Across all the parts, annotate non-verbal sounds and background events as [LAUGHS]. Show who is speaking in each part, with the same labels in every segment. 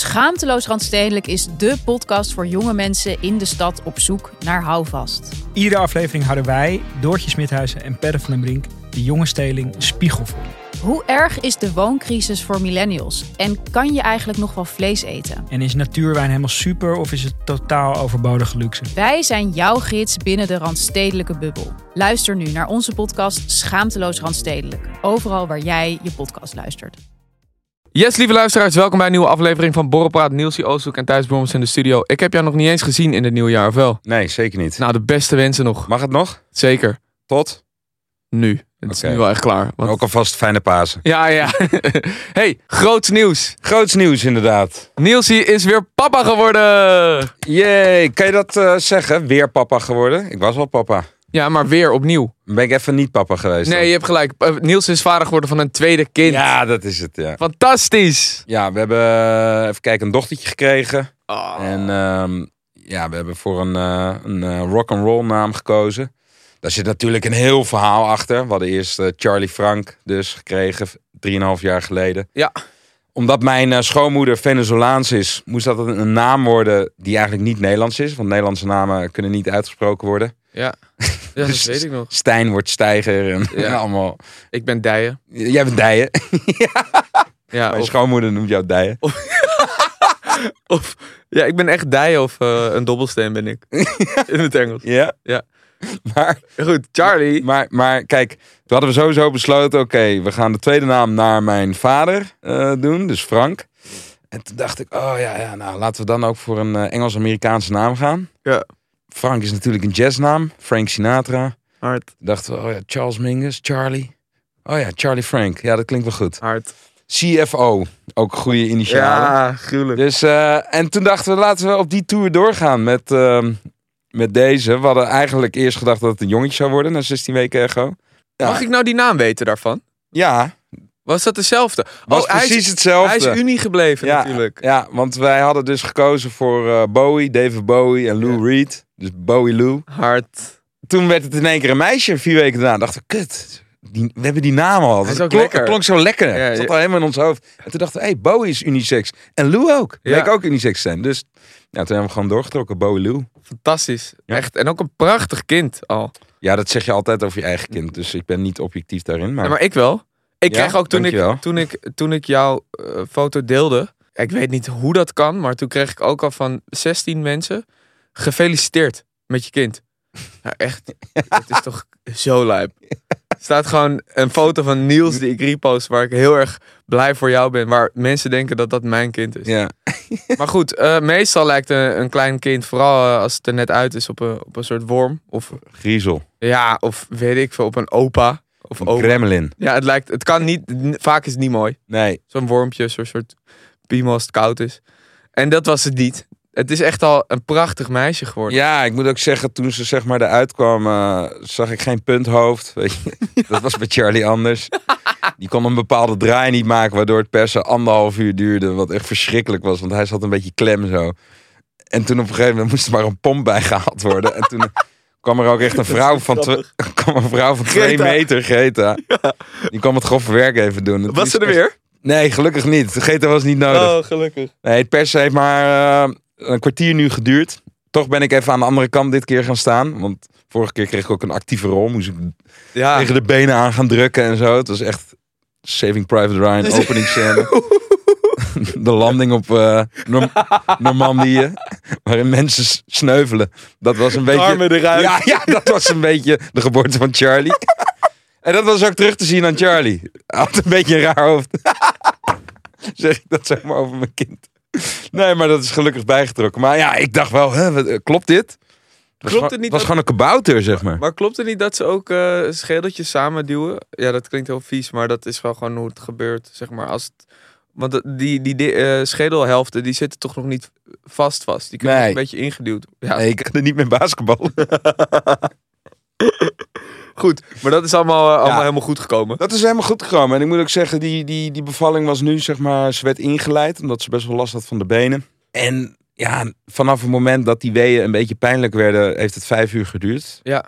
Speaker 1: Schaamteloos Randstedelijk is dé podcast voor jonge mensen in de stad op zoek naar houvast.
Speaker 2: Iedere aflevering houden wij, Doortje Smithuizen en Perre van den Brink, de jonge steling een spiegel voor.
Speaker 1: Hoe erg is de wooncrisis voor millennials? En kan je eigenlijk nog wel vlees eten?
Speaker 2: En is natuurwijn helemaal super of is het totaal overbodige luxe?
Speaker 1: Wij zijn jouw gids binnen de Randstedelijke bubbel. Luister nu naar onze podcast Schaamteloos Randstedelijk. Overal waar jij je podcast luistert.
Speaker 3: Yes, lieve luisteraars, welkom bij een nieuwe aflevering van Borrelpraat. Nielsie Oosthoek en Thijs Brommers in de studio. Ik heb jou nog niet eens gezien in het nieuwe jaar, of wel?
Speaker 4: Nee, zeker niet.
Speaker 3: Nou, de beste wensen nog.
Speaker 4: Mag het nog?
Speaker 3: Zeker.
Speaker 4: Tot?
Speaker 3: Nu. Het is
Speaker 4: Oké.
Speaker 3: nu wel echt klaar. want-
Speaker 4: Ook alvast fijne Pasen.
Speaker 3: Ja, ja. [LAUGHS] hey, groots nieuws.
Speaker 4: Groots nieuws inderdaad.
Speaker 3: Nielsie is weer papa geworden.
Speaker 4: Jee, kan je dat eh, zeggen? Weer papa geworden? Ik was al papa.
Speaker 3: Ja, maar weer opnieuw.
Speaker 4: Ben ik even niet papa geweest?
Speaker 3: Nee, je hebt gelijk. Eh, Niels is vader geworden van een tweede kind.
Speaker 4: Ja, dat is het, ja.
Speaker 3: Fantastisch.
Speaker 4: Ja, we hebben, eh, even kijken, een dochtertje gekregen.
Speaker 3: Oh.
Speaker 4: En ehm, ja, we hebben voor een, eh een rock rock'n'roll naam gekozen. Daar zit natuurlijk een heel verhaal achter. We hadden eerst eh, Charlie Frank dus gekregen, 3,5 jaar geleden.
Speaker 3: Ja.
Speaker 4: Omdat mijn eh, schoonmoeder Venezolaans is, moest dat een een naam worden die eigenlijk niet Nederlands is. Want Nederlandse namen kunnen niet uitgesproken worden.
Speaker 3: Ja.
Speaker 4: [LAUGHS]
Speaker 3: ja, dat
Speaker 4: Dus-
Speaker 3: weet ik nog.
Speaker 4: Stijn wordt Steiger en
Speaker 3: Ja.
Speaker 4: [LAUGHS] allemaal.
Speaker 3: Ik ben Dijen.
Speaker 4: Jij bent Dijen.
Speaker 3: Ja,
Speaker 4: Mijn
Speaker 3: of,
Speaker 4: schoonmoeder noemt jou Dijen.
Speaker 3: of- ja, ik ben echt Dijen of eh, een dobbelsteen ben
Speaker 4: [LAUGHS]
Speaker 3: ik. in het Engels.
Speaker 4: Ja.
Speaker 3: Ja.
Speaker 4: [LAUGHS] Maar
Speaker 3: Goed, Charlie.
Speaker 4: Maar, maar kijk, toen hadden we sowieso besloten: oké, we gaan de tweede naam naar mijn vader eh, doen, dus Frank. En toen dacht ik: oh ja, ja nou laten we dan ook voor een eh, Engels-Amerikaanse naam gaan.
Speaker 3: Ja.
Speaker 4: Frank is natuurlijk een jazznaam, Frank Sinatra.
Speaker 3: Hard,
Speaker 4: Toen dachten we: oh ja, Charles Mingus, Charlie. Oh ja, Charlie Frank. Ja, dat klinkt wel goed.
Speaker 3: hard.
Speaker 4: CFO, ook goede initialen.
Speaker 3: Ja, gruwelijk.
Speaker 4: Dus, eh, en toen dachten we, laten we op die tour doorgaan met, ehm, met deze. We hadden eigenlijk eerst gedacht dat het een jongetje zou worden na 16 weken echo. Ja.
Speaker 3: Mag ik nou die naam weten daarvan?
Speaker 4: Ja,
Speaker 3: Was dat dezelfde? Oh,
Speaker 4: was
Speaker 3: hij is-
Speaker 4: precies hetzelfde.
Speaker 3: Hij is unie gebleven
Speaker 4: ja,
Speaker 3: natuurlijk.
Speaker 4: Ja, want wij hadden dus gekozen voor eh, Bowie, David Bowie en Lou Reed. Dus Bowie Lou.
Speaker 3: Hard.
Speaker 4: Toen werd het in één keer een meisje. en Vier weken daarna dacht ik, kut, die, we hebben die naam al.
Speaker 3: Hij is
Speaker 4: Het
Speaker 3: ook
Speaker 4: klonk,
Speaker 3: lekker.
Speaker 4: het klonk zo lekker.
Speaker 3: Ja,
Speaker 4: het zat
Speaker 3: ja.
Speaker 4: al helemaal in ons hoofd. En toen dachten we, hey, Bowie is unisex. En Lou ook.
Speaker 3: Ja.
Speaker 4: Leek ook unisex te zijn. Dus ja, toen hebben we gewoon doorgetrokken, Bowie Lou.
Speaker 3: Fantastisch.
Speaker 4: Ja. Nou.
Speaker 3: Echt. En ook een prachtig kind al.
Speaker 4: Ja, dat zeg je altijd over je eigen kind. Dus ik ben niet objectief daarin. Maar,
Speaker 3: Ja, maar ik wel. Ik
Speaker 4: Ja?
Speaker 3: kreeg ook toen ik,
Speaker 4: Dankjewel.
Speaker 3: toen, ik, toen ik jouw eh, foto deelde. Ik weet niet hoe dat kan, maar toen kreeg ik ook al van 16 mensen. Gefeliciteerd met je kind. Nou, echt. Het is toch zo lijp. Er staat gewoon een foto van Niels die ik repost. Waar ik heel erg blij voor jou ben. Waar mensen denken dat dat mijn kind is.
Speaker 4: ja.
Speaker 3: Maar goed, eh, meestal lijkt een, een klein kind, vooral eh, als het er net uit is, op een, op een soort worm. Of,
Speaker 4: Griezel.
Speaker 3: ja, of weet ik veel, op een opa. Of oma.
Speaker 4: Gremlin.
Speaker 3: Ja, het lijkt, het kan niet, n- vaak is het niet mooi.
Speaker 4: Nee.
Speaker 3: Zo'n wormpje, zo'n soort piemel als het koud is. En dat was het niet. Het is echt al een prachtig meisje geworden.
Speaker 4: Ja, ik moet ook zeggen, toen ze zeg maar eruit kwam, eh, zag ik geen punthoofd. Weet
Speaker 3: [LAUGHS]
Speaker 4: je? Dat was bij Charlie anders. Die kon een bepaalde draai niet maken, waardoor het persen anderhalf uur duurde. Wat echt verschrikkelijk was, want hij zat een beetje klem zo. En toen op een gegeven moment moest er maar een pomp bij gehaald worden. En toen kwam er ook echt een vrouw van, twe- [LAUGHS] kwam een vrouw van twee
Speaker 3: Greta.
Speaker 4: meter, Greta. Die kwam het grove werk even doen. En toen
Speaker 3: was
Speaker 4: is
Speaker 3: ze er weer?
Speaker 4: Nee, gelukkig niet. Greta was niet nodig.
Speaker 3: gelukkig.
Speaker 4: Nee, het persen heeft maar eh, een kwartier nu geduurd. Toch ben ik even aan de andere kant dit keer gaan staan. Want vorige keer kreeg ik ook een actieve rol. Moest ik
Speaker 3: Ja, [LAUGHS]
Speaker 4: tegen de benen aan gaan drukken en zo. Het was echt Saving Private Ryan, opening scène. de landing op eh, Norm- Normandië. Waarin mensen s- sneuvelen. Dat was een beetje...
Speaker 3: armen eruit.
Speaker 4: Ja, ja, dat was een beetje de geboorte van Charlie. En dat was ook terug te zien aan Charlie. Hij had een beetje een raar hoofd. [LAUGHS] zeg ik dat zeg maar over mijn kind. Nee, maar dat is gelukkig bijgetrokken. Maar ja, ik dacht wel, hè, wat- eh, klopt dit? Was
Speaker 3: Klopt het
Speaker 4: gewoon-
Speaker 3: niet
Speaker 4: was
Speaker 3: dat-
Speaker 4: gewoon een kabouter, zeg maar.
Speaker 3: Maar klopt het niet dat ze ook eh, schedeltjes samen duwen? Ja, dat klinkt heel vies, maar dat is wel gewoon hoe het gebeurt, zeg maar. Als het, want dat- die, die, die eh, schedelhelften, die zitten toch nog niet vast vast. Die kunnen
Speaker 4: Nee.
Speaker 3: een beetje ingeduwd. Ja,
Speaker 4: Nee, ik kan er niet meer basketballen.
Speaker 3: goed. Maar dat is allemaal, eh, allemaal
Speaker 4: Ja.
Speaker 3: helemaal goed gekomen.
Speaker 4: [LAUGHS] Dat is helemaal goed gekomen. En ik moet ook zeggen, die, die, die bevalling was nu, zeg maar, ze werd ingeleid. Omdat ze best wel last had van de benen. En ja, vanaf het moment dat die weeën een beetje pijnlijk werden, heeft het vijf uur geduurd.
Speaker 3: Ja.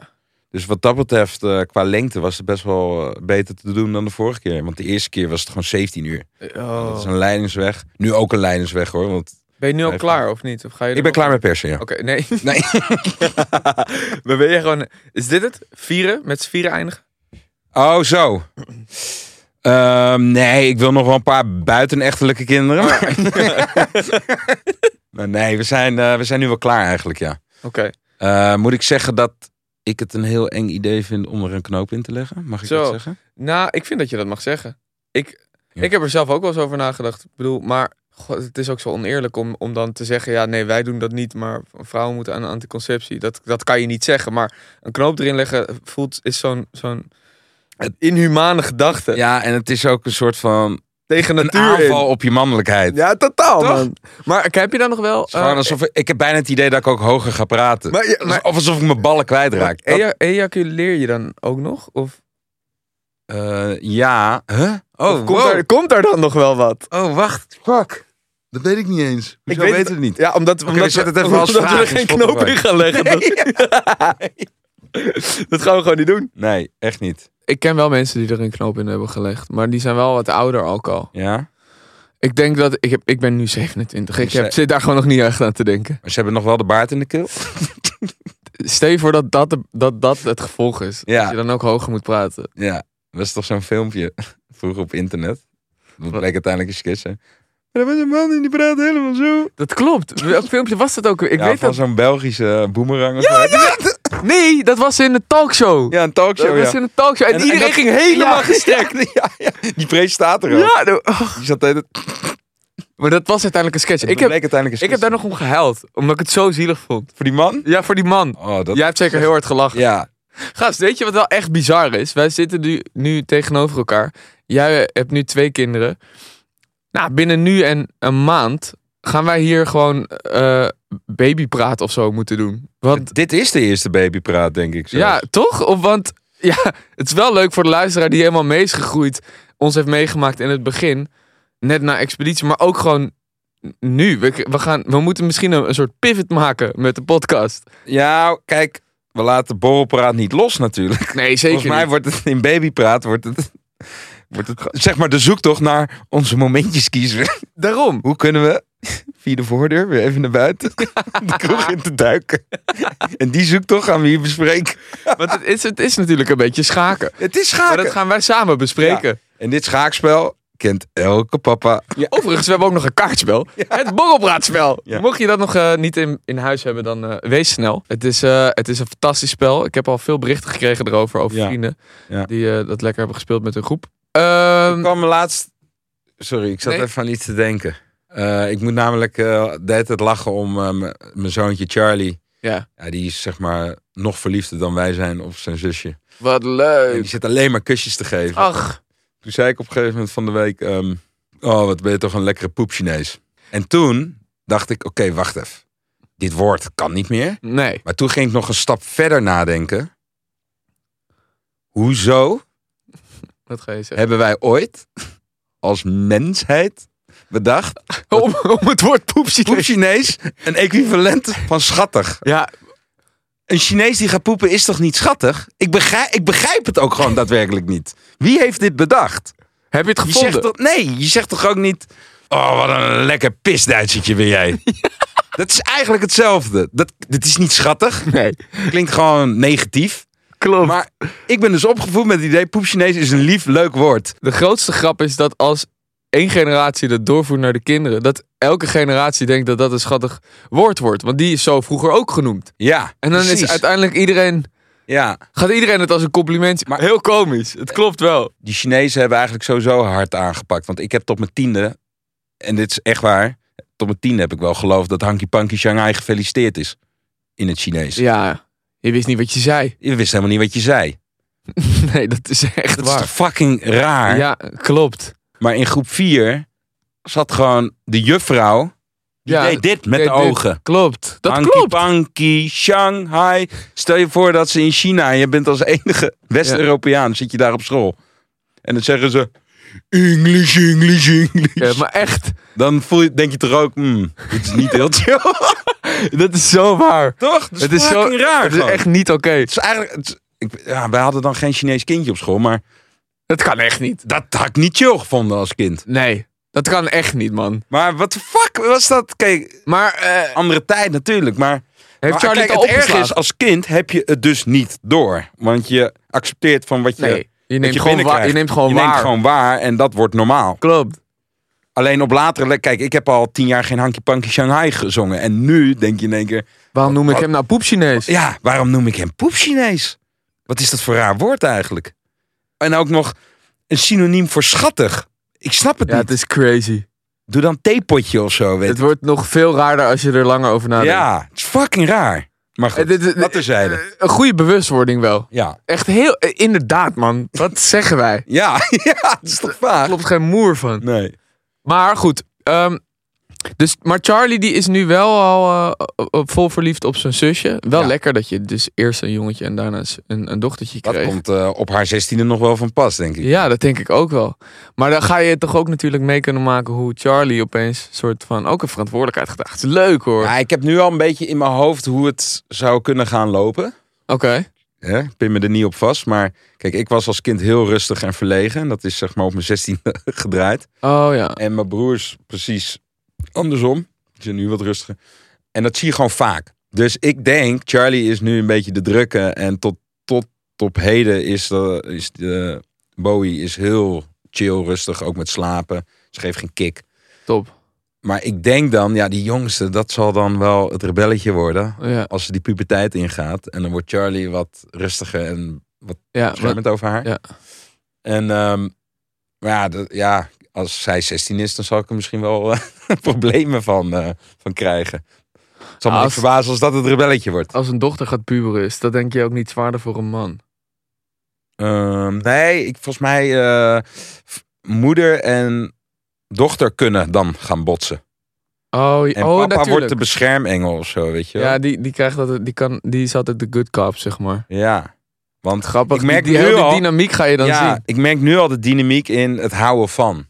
Speaker 4: Dus wat dat betreft, eh, qua lengte was het best wel eh, beter te doen dan de vorige keer. Want de eerste keer was het gewoon 17 uur. Dat is een leidingsweg. Nu ook een leidingsweg hoor. Want
Speaker 3: Ben je nu al
Speaker 4: Even.
Speaker 3: klaar of niet? Of ga je
Speaker 4: ik ben klaar met persen, ja.
Speaker 3: Oké, nee.
Speaker 4: [LAUGHS]
Speaker 3: [LAUGHS]
Speaker 4: Nee.
Speaker 3: maar ben je gewoon... Is dit het? Vieren? Met z'n vieren eindigen?
Speaker 4: Oh, zo. Ehm, nee, ik wil nog wel een paar buitenechtelijke kinderen. [LAUGHS] Maar nee, we zijn, eh, we zijn nu wel klaar eigenlijk, ja.
Speaker 3: Oké.
Speaker 4: Eh, moet ik zeggen dat ik het een heel eng idee vind om er een knoop in te leggen? Mag ik
Speaker 3: Zo.
Speaker 4: dat zeggen?
Speaker 3: Nou, ik vind dat je dat mag zeggen. Ik,
Speaker 4: Ja.
Speaker 3: ik heb er zelf ook wel eens over nagedacht. Ik bedoel, maar god, het is ook zo oneerlijk om, om dan te zeggen... ja, nee, wij doen dat niet, maar vrouwen moeten aan anticonceptie. Dat, dat kan je niet zeggen. Maar een knoop erin leggen voelt, is zo'n zo'n inhumane gedachte.
Speaker 4: Ja, en het is ook een soort van
Speaker 3: Tegen
Speaker 4: een
Speaker 3: natuur in.
Speaker 4: aanval op je mannelijkheid.
Speaker 3: Ja, totaal,
Speaker 4: Toch?
Speaker 3: man. Maar ik- heb je dan nog wel...
Speaker 4: Het is gewoon
Speaker 3: eh,
Speaker 4: alsof ik, ik heb bijna het idee dat ik ook hoger ga praten.
Speaker 3: maar, ja, maar eh,
Speaker 4: of alsof ik mijn ballen kwijtraak. Dat-
Speaker 3: eja- ejaculeer je dan ook nog? Of,
Speaker 4: eh, ja. Huh? Oh,
Speaker 3: of komt,
Speaker 4: wow.
Speaker 3: daar, komt daar dan nog wel wat?
Speaker 4: oh, wacht. Fuck. Dat weet ik niet eens.
Speaker 3: Ik weet het-
Speaker 4: het niet.
Speaker 3: Ja, omdat,
Speaker 4: Oké,
Speaker 3: omdat,
Speaker 4: zet het
Speaker 3: we-
Speaker 4: even als
Speaker 3: omdat we
Speaker 4: vraag
Speaker 3: er
Speaker 4: in
Speaker 3: geen
Speaker 4: Spotify.
Speaker 3: knoop in gaan leggen. [LAUGHS] dat gaan we gewoon niet doen.
Speaker 4: Nee, echt niet.
Speaker 3: Ik ken wel mensen die er een knoop in hebben gelegd. Maar die zijn wel wat ouder ook al.
Speaker 4: Ja?
Speaker 3: Ik denk dat... Ik, heb, ik ben nu 27. Ik
Speaker 4: Dus
Speaker 3: heb,
Speaker 4: zij-
Speaker 3: zit daar gewoon nog niet echt aan te denken.
Speaker 4: Maar ze hebben nog wel de baard in de keel.
Speaker 3: Stel je voor dat dat, de- dat, dat het gevolg is.
Speaker 4: Ja.
Speaker 3: Dat je dan ook hoger moet praten.
Speaker 4: Ja, dat is toch zo'n filmpje [LAUGHS] vroeger op internet. Dat bleek uiteindelijk een skits. hè. Maar dat was een man en die praat helemaal zo.
Speaker 3: Dat klopt. Welk filmpje was dat ook? weer? Ik
Speaker 4: ja,
Speaker 3: weet
Speaker 4: van
Speaker 3: dat.
Speaker 4: zo'n Belgische eh, boemerang. of zo. Ja,
Speaker 3: Nee, dat was in de talkshow.
Speaker 4: een talkshow.
Speaker 3: dat was
Speaker 4: ja.
Speaker 3: in de talkshow. En,
Speaker 4: En- en
Speaker 3: iedereen
Speaker 4: dat-
Speaker 3: ging helemaal
Speaker 4: Ja,
Speaker 3: gestrekt.
Speaker 4: [LAUGHS] Ja, ja. Die prees staat er
Speaker 3: Ja,
Speaker 4: al.
Speaker 3: nou,
Speaker 4: Die zat de hele-
Speaker 3: maar dat was uiteindelijk een sketch.
Speaker 4: dat
Speaker 3: Ik heb,
Speaker 4: bleek uiteindelijk een
Speaker 3: ik heb
Speaker 4: skits.
Speaker 3: daar nog om gehuild. Omdat ik het zo zielig vond.
Speaker 4: Voor die man?
Speaker 3: Ja, voor die man.
Speaker 4: Oh, dat...
Speaker 3: Jij hebt zeker heel hard gelachen.
Speaker 4: Ja.
Speaker 3: Gast, weet je wat wel echt bizar is? Wij zitten nu, nu tegenover elkaar. Jij hebt nu twee kinderen. Nou, binnen nu en een maand gaan wij hier gewoon eh babypraat of zo moeten doen. Want
Speaker 4: Dit is de eerste babypraat, denk ik. zelfs.
Speaker 3: ja, toch? Of, want ja, het is wel leuk voor de luisteraar die helemaal mee is gegroeid. Ons heeft meegemaakt in het begin. Net na Expeditie, maar ook gewoon nu. We, we, gaan, we moeten misschien een, een soort pivot maken met de podcast.
Speaker 4: Ja, kijk, we laten de borrelpraat niet los natuurlijk.
Speaker 3: Nee, zeker
Speaker 4: Volgens mij
Speaker 3: niet.
Speaker 4: wordt het in babypraat, wordt het, wordt het zeg maar de zoektocht naar onze momentjes kiezen.
Speaker 3: Daarom.
Speaker 4: Hoe kunnen we via de voordeur weer even naar [LAUGHS] buiten de kroeg in te duiken? En die zoektocht gaan we hier bespreken.
Speaker 3: Want het is, het is natuurlijk een beetje schaken.
Speaker 4: Het is
Speaker 3: Maar
Speaker 4: schaken.
Speaker 3: dat gaan wij samen bespreken.
Speaker 4: En dit schaakspel kent elke papa.
Speaker 3: Overigens, we hebben ook nog een
Speaker 4: [LAUGHS]
Speaker 3: kaartspel. Het borrelpraatspel.
Speaker 4: Ja.
Speaker 3: Mocht je dat nog eh, niet in, in huis hebben, dan eh, wees snel. Het is, eh, het is een fantastisch spel. Ik heb al veel berichten gekregen erover, over
Speaker 4: Ja.
Speaker 3: vrienden.
Speaker 4: Ja.
Speaker 3: Die eh, dat lekker hebben gespeeld met hun groep.
Speaker 4: Ik
Speaker 3: Ehm,
Speaker 4: kwam laatst... Sorry, ik zat
Speaker 3: Nee.
Speaker 4: even aan iets te denken. Eh, ik moet namelijk eh de hele tijd lachen om eh, m- mijn zoontje Charlie.
Speaker 3: ja,
Speaker 4: Ja, die is zeg maar nog verliefder dan wij zijn op zijn zusje.
Speaker 3: wat
Speaker 4: En
Speaker 3: leuk. Oh.
Speaker 4: die zit alleen maar kusjes te geven.
Speaker 3: Ach,
Speaker 4: Toen zei ik op een gegeven moment van de week... ehm, oh, wat ben je toch een lekkere poep Chinees. En toen dacht ik, oké, wacht even. Dit woord kan niet meer.
Speaker 3: nee.
Speaker 4: Maar toen ging ik nog een stap verder nadenken. Hoezo
Speaker 3: Wat ga je zeggen?
Speaker 4: hebben wij ooit als mensheid [LAUGHS] bedacht...
Speaker 3: [LAUGHS] Om, om het woord poepsie
Speaker 4: Poep Chinees, een equivalent van schattig.
Speaker 3: Ja,
Speaker 4: Een Chinees die gaat poepen is toch niet schattig? Ik begrijp, ik begrijp het ook gewoon daadwerkelijk niet. Wie heeft dit bedacht?
Speaker 3: heb je het
Speaker 4: Je
Speaker 3: gevonden?
Speaker 4: zegt toch, nee, je zegt toch ook niet. Oh, wat een lekker pisduitsertje ben [LAUGHS] jij. Dat is eigenlijk hetzelfde. Dat, dit is niet schattig.
Speaker 3: Nee,
Speaker 4: Klinkt gewoon negatief.
Speaker 3: klopt.
Speaker 4: Maar ik ben dus opgevoed met het idee: poep Chinees is een lief, leuk woord.
Speaker 3: De grootste grap is dat als één generatie dat doorvoert naar de kinderen, dat elke generatie denkt dat dat een schattig woord wordt. Want die is zo vroeger ook genoemd.
Speaker 4: Ja.
Speaker 3: En dan
Speaker 4: precies.
Speaker 3: is uiteindelijk iedereen,
Speaker 4: Ja.
Speaker 3: gaat iedereen het als een compliment. Maar heel komisch. Het klopt wel.
Speaker 4: Die Chinezen hebben eigenlijk sowieso hard aangepakt. Want ik heb tot mijn tiende, en dit is echt waar, tot mijn tiende heb ik wel geloofd dat Hanky Panky Shanghai gefeliciteerd is. In het Chinees.
Speaker 3: Ja, je wist niet wat je zei.
Speaker 4: Je wist helemaal niet wat je zei.
Speaker 3: [LAUGHS] Nee, dat is echt
Speaker 4: Dat is
Speaker 3: waar.
Speaker 4: toch fucking raar?
Speaker 3: Ja, klopt.
Speaker 4: Maar in groep 4 zat gewoon de juffrouw. Die
Speaker 3: Ja,
Speaker 4: deed dit met
Speaker 3: deed
Speaker 4: de
Speaker 3: dit.
Speaker 4: ogen.
Speaker 3: Klopt. Dat
Speaker 4: Hanky
Speaker 3: klopt.
Speaker 4: Panky, Shanghai. Stel je voor dat ze in China. En je bent als enige West-Europeaan. Zit je daar op school. En dan zeggen ze. English, English, English.
Speaker 3: Ja, maar
Speaker 4: [LAUGHS]
Speaker 3: echt,
Speaker 4: Dan voel je, denk je toch ook. hmm, dit is niet
Speaker 3: [LAUGHS]
Speaker 4: heel chill.
Speaker 3: dat is zo waar.
Speaker 4: toch? Dat
Speaker 3: Het is zo-
Speaker 4: fucking raar.
Speaker 3: Het is
Speaker 4: gewoon.
Speaker 3: echt niet oké.
Speaker 4: Het is eigenlijk. het is- ik, ja, wij hadden dan geen Chinees kindje op school, maar
Speaker 3: Dat kan echt niet.
Speaker 4: dat had ik niet chill gevonden als kind.
Speaker 3: Nee, dat kan echt niet, man.
Speaker 4: Maar wat de fuck was dat? Kijk,
Speaker 3: Maar eh,
Speaker 4: andere tijd natuurlijk, maar...
Speaker 3: heeft
Speaker 4: Maar
Speaker 3: Charlie
Speaker 4: kijk,
Speaker 3: het al
Speaker 4: het erg is,
Speaker 3: opgeslagen?
Speaker 4: als kind heb je het dus niet door. Want je accepteert van wat je,
Speaker 3: Nee, je
Speaker 4: wat
Speaker 3: neemt,
Speaker 4: je
Speaker 3: gewoon waar,
Speaker 4: binnenkrijgt.
Speaker 3: je neemt gewoon
Speaker 4: je
Speaker 3: waar.
Speaker 4: neemt gewoon waar en dat wordt normaal.
Speaker 3: Klopt.
Speaker 4: Alleen op latere... le- Kijk, ik heb al tien jaar geen Hanky Panky Shanghai gezongen. En nu denk je in één keer...
Speaker 3: Waarom noem ik
Speaker 4: Wat-
Speaker 3: hem nou poep Chinees?
Speaker 4: Oh. Ja, waarom noem ik hem poep Chinees? Wat is dat voor raar woord eigenlijk? En ook nog een synoniem voor schattig. Ik snap het
Speaker 3: Ja,
Speaker 4: niet.
Speaker 3: het is crazy.
Speaker 4: Doe dan theepotje of zo, weet
Speaker 3: Het
Speaker 4: je.
Speaker 3: wordt nog veel raarder als je er langer over nadenkt.
Speaker 4: Ja, het is fucking raar. Maar
Speaker 3: Eh,
Speaker 4: goed,
Speaker 3: dit- dit-
Speaker 4: dat terzijde.
Speaker 3: eh, Een goede bewustwording wel.
Speaker 4: Ja.
Speaker 3: Echt heel... eh, Inderdaad, man.
Speaker 4: [LAUGHS]
Speaker 3: Wat zeggen wij?
Speaker 4: Ja, ja, het is toch
Speaker 3: Daar
Speaker 4: vaag?
Speaker 3: klopt geen moer van.
Speaker 4: Nee.
Speaker 3: Maar goed. ehm, dus, maar Charlie die is nu wel al eh, eh, vol verliefd op zijn zusje. Wel
Speaker 4: Ja.
Speaker 3: lekker dat je dus eerst een jongetje en daarna een, een dochtertje
Speaker 4: Dat
Speaker 3: kreeg.
Speaker 4: komt eh, op haar zestiende nog wel van pas, denk ik.
Speaker 3: Ja, dat denk ik ook wel. Maar dan ga je toch ook natuurlijk mee kunnen maken hoe Charlie opeens soort van ook een verantwoordelijkheid gedraagt. Leuk hoor.
Speaker 4: Maar ik heb nu al een beetje in mijn hoofd hoe het zou kunnen gaan lopen.
Speaker 3: Oké.
Speaker 4: Hè, Ik pin me er niet op vast, maar kijk, ik was als kind heel rustig en verlegen. En dat is zeg maar op mijn zestiende [LAUGHS] gedraaid.
Speaker 3: Oh ja.
Speaker 4: En mijn broers precies andersom. Die zijn nu wat rustiger. En dat zie je gewoon vaak. Dus ik denk, Charlie is nu een beetje de drukke. En tot, tot op heden is, de, is de, Bowie is heel chill, rustig. Ook met slapen. Ze geeft geen kick.
Speaker 3: Top.
Speaker 4: Maar ik denk dan, ja, die jongste, dat zal dan wel het rebelletje worden.
Speaker 3: Ja.
Speaker 4: Als ze die puberteit ingaat. En dan wordt Charlie wat rustiger en wat
Speaker 3: Ja, maar,
Speaker 4: beschermend over haar.
Speaker 3: ja.
Speaker 4: En ehm, maar ja, dat- ja, als zij 16 is, dan zal ik er misschien wel eh, [LAUGHS] problemen van, eh, van krijgen. Het zal me
Speaker 3: Nou, Als-
Speaker 4: niet verbazen als dat het rebelletje wordt.
Speaker 3: als een dochter gaat puberen is dat denk je ook niet zwaarder voor een man.
Speaker 4: Ehm, nee, ik, volgens mij eh, f- moeder en dochter kunnen dan gaan botsen.
Speaker 3: Oh,
Speaker 4: En
Speaker 3: oh
Speaker 4: papa
Speaker 3: natuurlijk.
Speaker 4: wordt de beschermengel of zo, weet je wel.
Speaker 3: ja, die, die krijgt dat, die kan, die is altijd de good cop, zeg maar.
Speaker 4: Ja. Want
Speaker 3: Grappig.
Speaker 4: ik merk
Speaker 3: die, die
Speaker 4: nu
Speaker 3: hele
Speaker 4: al,
Speaker 3: dynamiek ga je dan
Speaker 4: ja,
Speaker 3: zien.
Speaker 4: ik merk nu al de dynamiek in het houden van.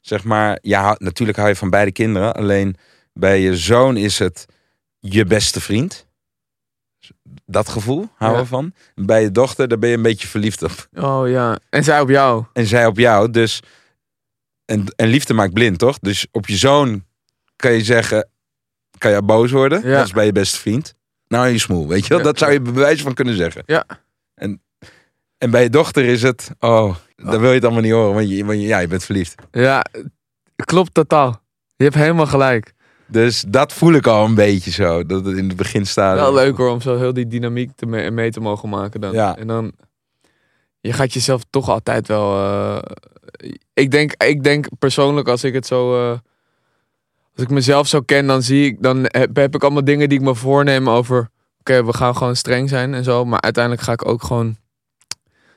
Speaker 4: Zeg maar, ja, hou- natuurlijk hou je van beide kinderen. Alleen bij je zoon is het je beste vriend. Dat gevoel houden
Speaker 3: Ja.
Speaker 4: van. Bij je dochter, daar ben je een beetje verliefd op.
Speaker 3: Oh ja. En zij op jou.
Speaker 4: En zij op jou. Dus, en, en liefde maakt blind, toch? Dus op je zoon kan je zeggen, kan je boos worden.
Speaker 3: Ja.
Speaker 4: Dat is bij je beste vriend. Nou, je smoel, weet je wel?
Speaker 3: Ja.
Speaker 4: Dat zou je bij wijze van kunnen zeggen.
Speaker 3: Ja.
Speaker 4: En, en bij je dochter is het, oh, dan wil je het allemaal niet horen. Want, je, want je- ja, je bent verliefd.
Speaker 3: Ja, klopt totaal. Je hebt helemaal gelijk.
Speaker 4: Dus dat voel ik al een beetje zo. Dat het in het begin staat.
Speaker 3: Wel leuk hoor, om zo heel die dynamiek te me- mee te mogen maken dan.
Speaker 4: Ja.
Speaker 3: En dan, je gaat jezelf toch altijd wel... eh, ik, denk, ik denk persoonlijk, als ik het zo... eh, als ik mezelf zo ken, dan zie ik... Dan heb, heb ik allemaal dingen die ik me voorneem over... Oké, we gaan gewoon streng zijn en zo. Maar uiteindelijk ga ik ook gewoon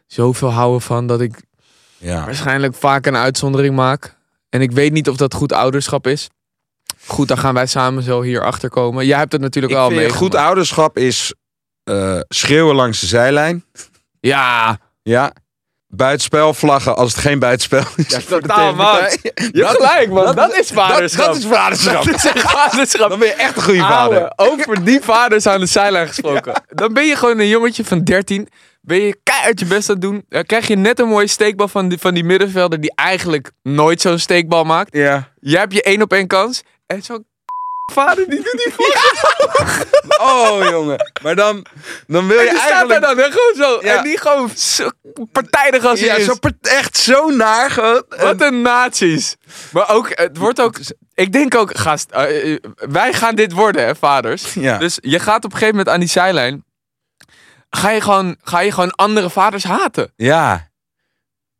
Speaker 3: zoveel houden van dat ik
Speaker 4: Ja.
Speaker 3: waarschijnlijk vaak een uitzondering maak. En ik weet niet of dat goed ouderschap is. Goed, dan gaan wij samen zo hier achter komen. Jij hebt het natuurlijk
Speaker 4: Ik
Speaker 3: wel
Speaker 4: vind
Speaker 3: mee.
Speaker 4: goed ouderschap is eh, schreeuwen langs de zijlijn.
Speaker 3: Ja,
Speaker 4: Ja. Buitenspel vlaggen als het geen buitenspel is.
Speaker 3: [LAUGHS] ja
Speaker 4: [LAUGHS] Voor de
Speaker 3: totaal man.
Speaker 4: tegenpartij.
Speaker 3: Je hebt gelijk man, dat, is vaderschap.
Speaker 4: Dat, dat is [LAUGHS] vaderschap.
Speaker 3: [LAUGHS] Dat is echt vaderschap.
Speaker 4: Dan ben je echt een goede vader.
Speaker 3: Ouwe, over die vaders aan de zijlijn gesproken. Dan ben je gewoon een jongetje van 13. Ben je keihard je best aan het doen. Dan krijg je net een mooie steekbal van die, van die middenvelder die eigenlijk nooit zo'n steekbal maakt.
Speaker 4: Ja.
Speaker 3: Jij hebt je één op één kans. En zo'n [LAUGHS] vader die doet die voor.
Speaker 4: Oh, jongen. Maar dan, dan wil je
Speaker 3: Die staat
Speaker 4: eigenlijk...
Speaker 3: daar dan, hè? gewoon zo.
Speaker 4: Ja.
Speaker 3: En die gewoon zo partijdig als hij
Speaker 4: ja,
Speaker 3: is.
Speaker 4: zo per- echt zo naar. eh, ge-
Speaker 3: Wat een nazi's. Maar ook, het wordt ook... Ik denk ook, gast, eh, eh, wij gaan dit worden, hè, vaders.
Speaker 4: Ja.
Speaker 3: Dus je gaat op een gegeven moment aan die zijlijn... Ga je, gewoon, ga je gewoon andere vaders haten.
Speaker 4: Ja.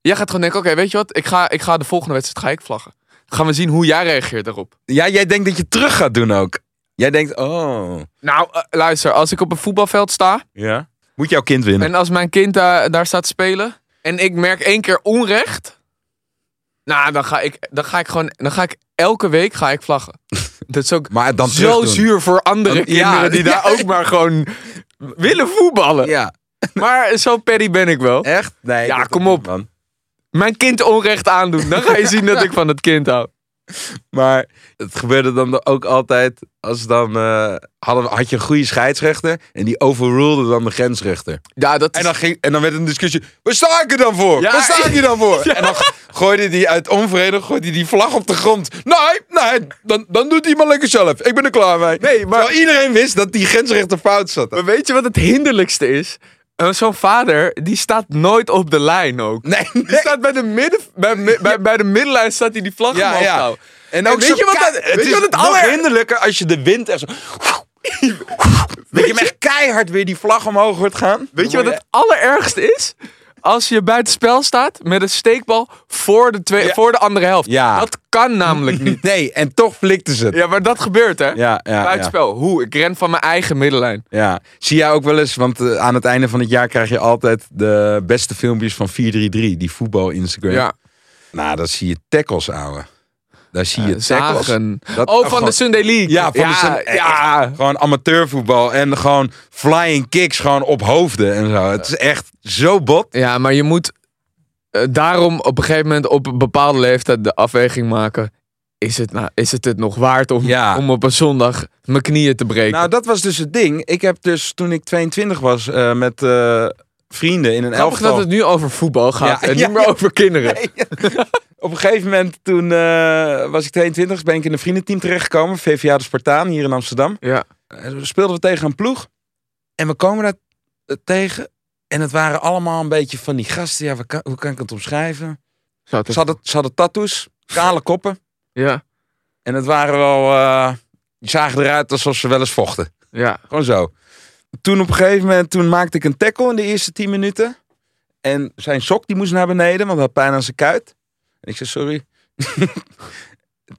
Speaker 3: Jij gaat gewoon denken, oké, weet je wat? Ik ga, ik ga de volgende wedstrijd ga ik vlaggen. Gaan we zien hoe jij reageert daarop.
Speaker 4: ja, jij denkt dat je terug gaat doen ook. Jij denkt, oh.
Speaker 3: Nou, eh, luister, als ik op een voetbalveld sta...
Speaker 4: Ja. Moet jouw kind winnen.
Speaker 3: En als mijn kind daar daar staat te spelen en ik merk één keer onrecht, nou, dan ga ik, dan ga ik gewoon, dan ga ik elke week ga ik
Speaker 4: [LAUGHS]
Speaker 3: vlaggen. Dat is ook
Speaker 4: maar dan terug
Speaker 3: zo
Speaker 4: doen.
Speaker 3: zuur voor andere
Speaker 4: Dan- ja,
Speaker 3: kinderen die daar
Speaker 4: ja.
Speaker 3: ook maar gewoon willen voetballen.
Speaker 4: Ja.
Speaker 3: Maar zo petty ben ik wel.
Speaker 4: Echt? Nee.
Speaker 3: Ja,
Speaker 4: dat-
Speaker 3: kom op.
Speaker 4: Man.
Speaker 3: Mijn kind onrecht aandoen, dan ga je zien dat ik van het kind hou.
Speaker 4: Maar het gebeurde dan ook altijd als dan eh, hadden, we- had je een goede scheidsrechter en die overrulde dan de grensrechter.
Speaker 3: Ja, dat
Speaker 4: En
Speaker 3: is...
Speaker 4: dan, ging, en dan werd een discussie, waar sta ik er dan voor?
Speaker 3: Ja.
Speaker 4: Waar sta ik er dan
Speaker 3: [LAUGHS]
Speaker 4: voor? En dan gooide die uit onvrede gooide die vlag op de grond. Nee, nee, dan, dan doet hij maar lekker zelf. Ik ben er klaar mee.
Speaker 3: Nee, maar-
Speaker 4: Terwijl iedereen wist dat die grensrechter fout zat.
Speaker 3: Maar weet je wat het hinderlijkste is? Eh, Zo'n vader, die staat nooit op de lijn ook.
Speaker 4: Nee,
Speaker 3: Die staat bij de, midden, bij, mi- bij, bij de middenlijn staat hij die vlag
Speaker 4: Ja,
Speaker 3: omhoog te
Speaker 4: ja.
Speaker 3: houden.
Speaker 4: En,
Speaker 3: weet je wat dat-
Speaker 4: het
Speaker 3: weet je
Speaker 4: is
Speaker 3: wat het
Speaker 4: nog
Speaker 3: aller-
Speaker 4: hinderlijker als je de wind echt zo... Dat je hem echt keihard weer die vlag omhoog hoort gaan.
Speaker 3: Weet je wat het allerergste is? Als je buitenspel staat met een steekbal voor de, twee,
Speaker 4: Ja.
Speaker 3: voor de andere helft.
Speaker 4: Ja.
Speaker 3: Dat kan
Speaker 4: [LAUGHS]
Speaker 3: namelijk niet.
Speaker 4: Nee, en toch flikte ze het.
Speaker 3: Ja, maar dat gebeurt hè?
Speaker 4: Ja, ja, ja,
Speaker 3: buitenspel. Hoe? Ik ren van mijn eigen middenlijn.
Speaker 4: ja. Zie jij ook wel eens, want eh, aan het einde van het jaar krijg je altijd de beste filmpjes van 433, die voetbal-Instagram.
Speaker 3: Ja.
Speaker 4: Nou, dan zie je tackles, ouwe. Daar zie je tackles.
Speaker 3: Zagen.
Speaker 4: Dat-
Speaker 3: oh, van
Speaker 4: gewoon-
Speaker 3: de Sunday League.
Speaker 4: Ja, van de
Speaker 3: ja,
Speaker 4: Sun- eh,
Speaker 3: ja.
Speaker 4: Gewoon amateurvoetbal en gewoon flying kicks gewoon op hoofden en zo. Het is echt zo bot.
Speaker 3: Ja, maar je moet eh, daarom op een gegeven moment op een bepaalde leeftijd de afweging maken. Is het, nou, is het, het nog waard om,
Speaker 4: Ja.
Speaker 3: om op een zondag mijn knieën te breken?
Speaker 4: Nou, dat was dus het ding. Ik heb dus toen ik 22 was eh, met eh, vrienden in een
Speaker 3: Grappig
Speaker 4: elftal.
Speaker 3: dat
Speaker 4: [LAUGHS]
Speaker 3: het nu over voetbal gaat
Speaker 4: Ja,
Speaker 3: en
Speaker 4: ja,
Speaker 3: niet meer
Speaker 4: [LAUGHS] ja.
Speaker 3: over kinderen.
Speaker 4: Op een gegeven moment toen eh, was ik 22, ben ik in een vriendenteam terechtgekomen. VVA de Spartaan hier in Amsterdam.
Speaker 3: Ja.
Speaker 4: En we speelden we tegen een ploeg. En we komen daar eh, tegen. En het waren allemaal een beetje van die gasten. Ja, wat kan- hoe kan ik het omschrijven?
Speaker 3: Zat
Speaker 4: Ze hadden, ze hadden tattoos, kale koppen.
Speaker 3: Ja,
Speaker 4: En het waren wel... eh, die zagen eruit alsof ze wel eens vochten.
Speaker 3: ja.
Speaker 4: Gewoon zo. Toen op een gegeven moment, toen maakte ik een tackle in de eerste 10 minuten. En zijn sok die moest naar beneden, want hij had pijn aan zijn kuit. En ik zei sorry. [LAUGHS]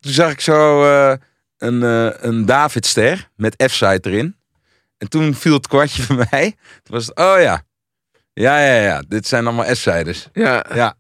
Speaker 4: toen zag ik zo eh, een, eh, een Davidster met F-site erin. En toen viel het kwartje [LAUGHS] van mij. Toen was het, oh ja. Ja, ja, ja. Dit zijn allemaal F-siders.
Speaker 3: ja.
Speaker 4: Ja.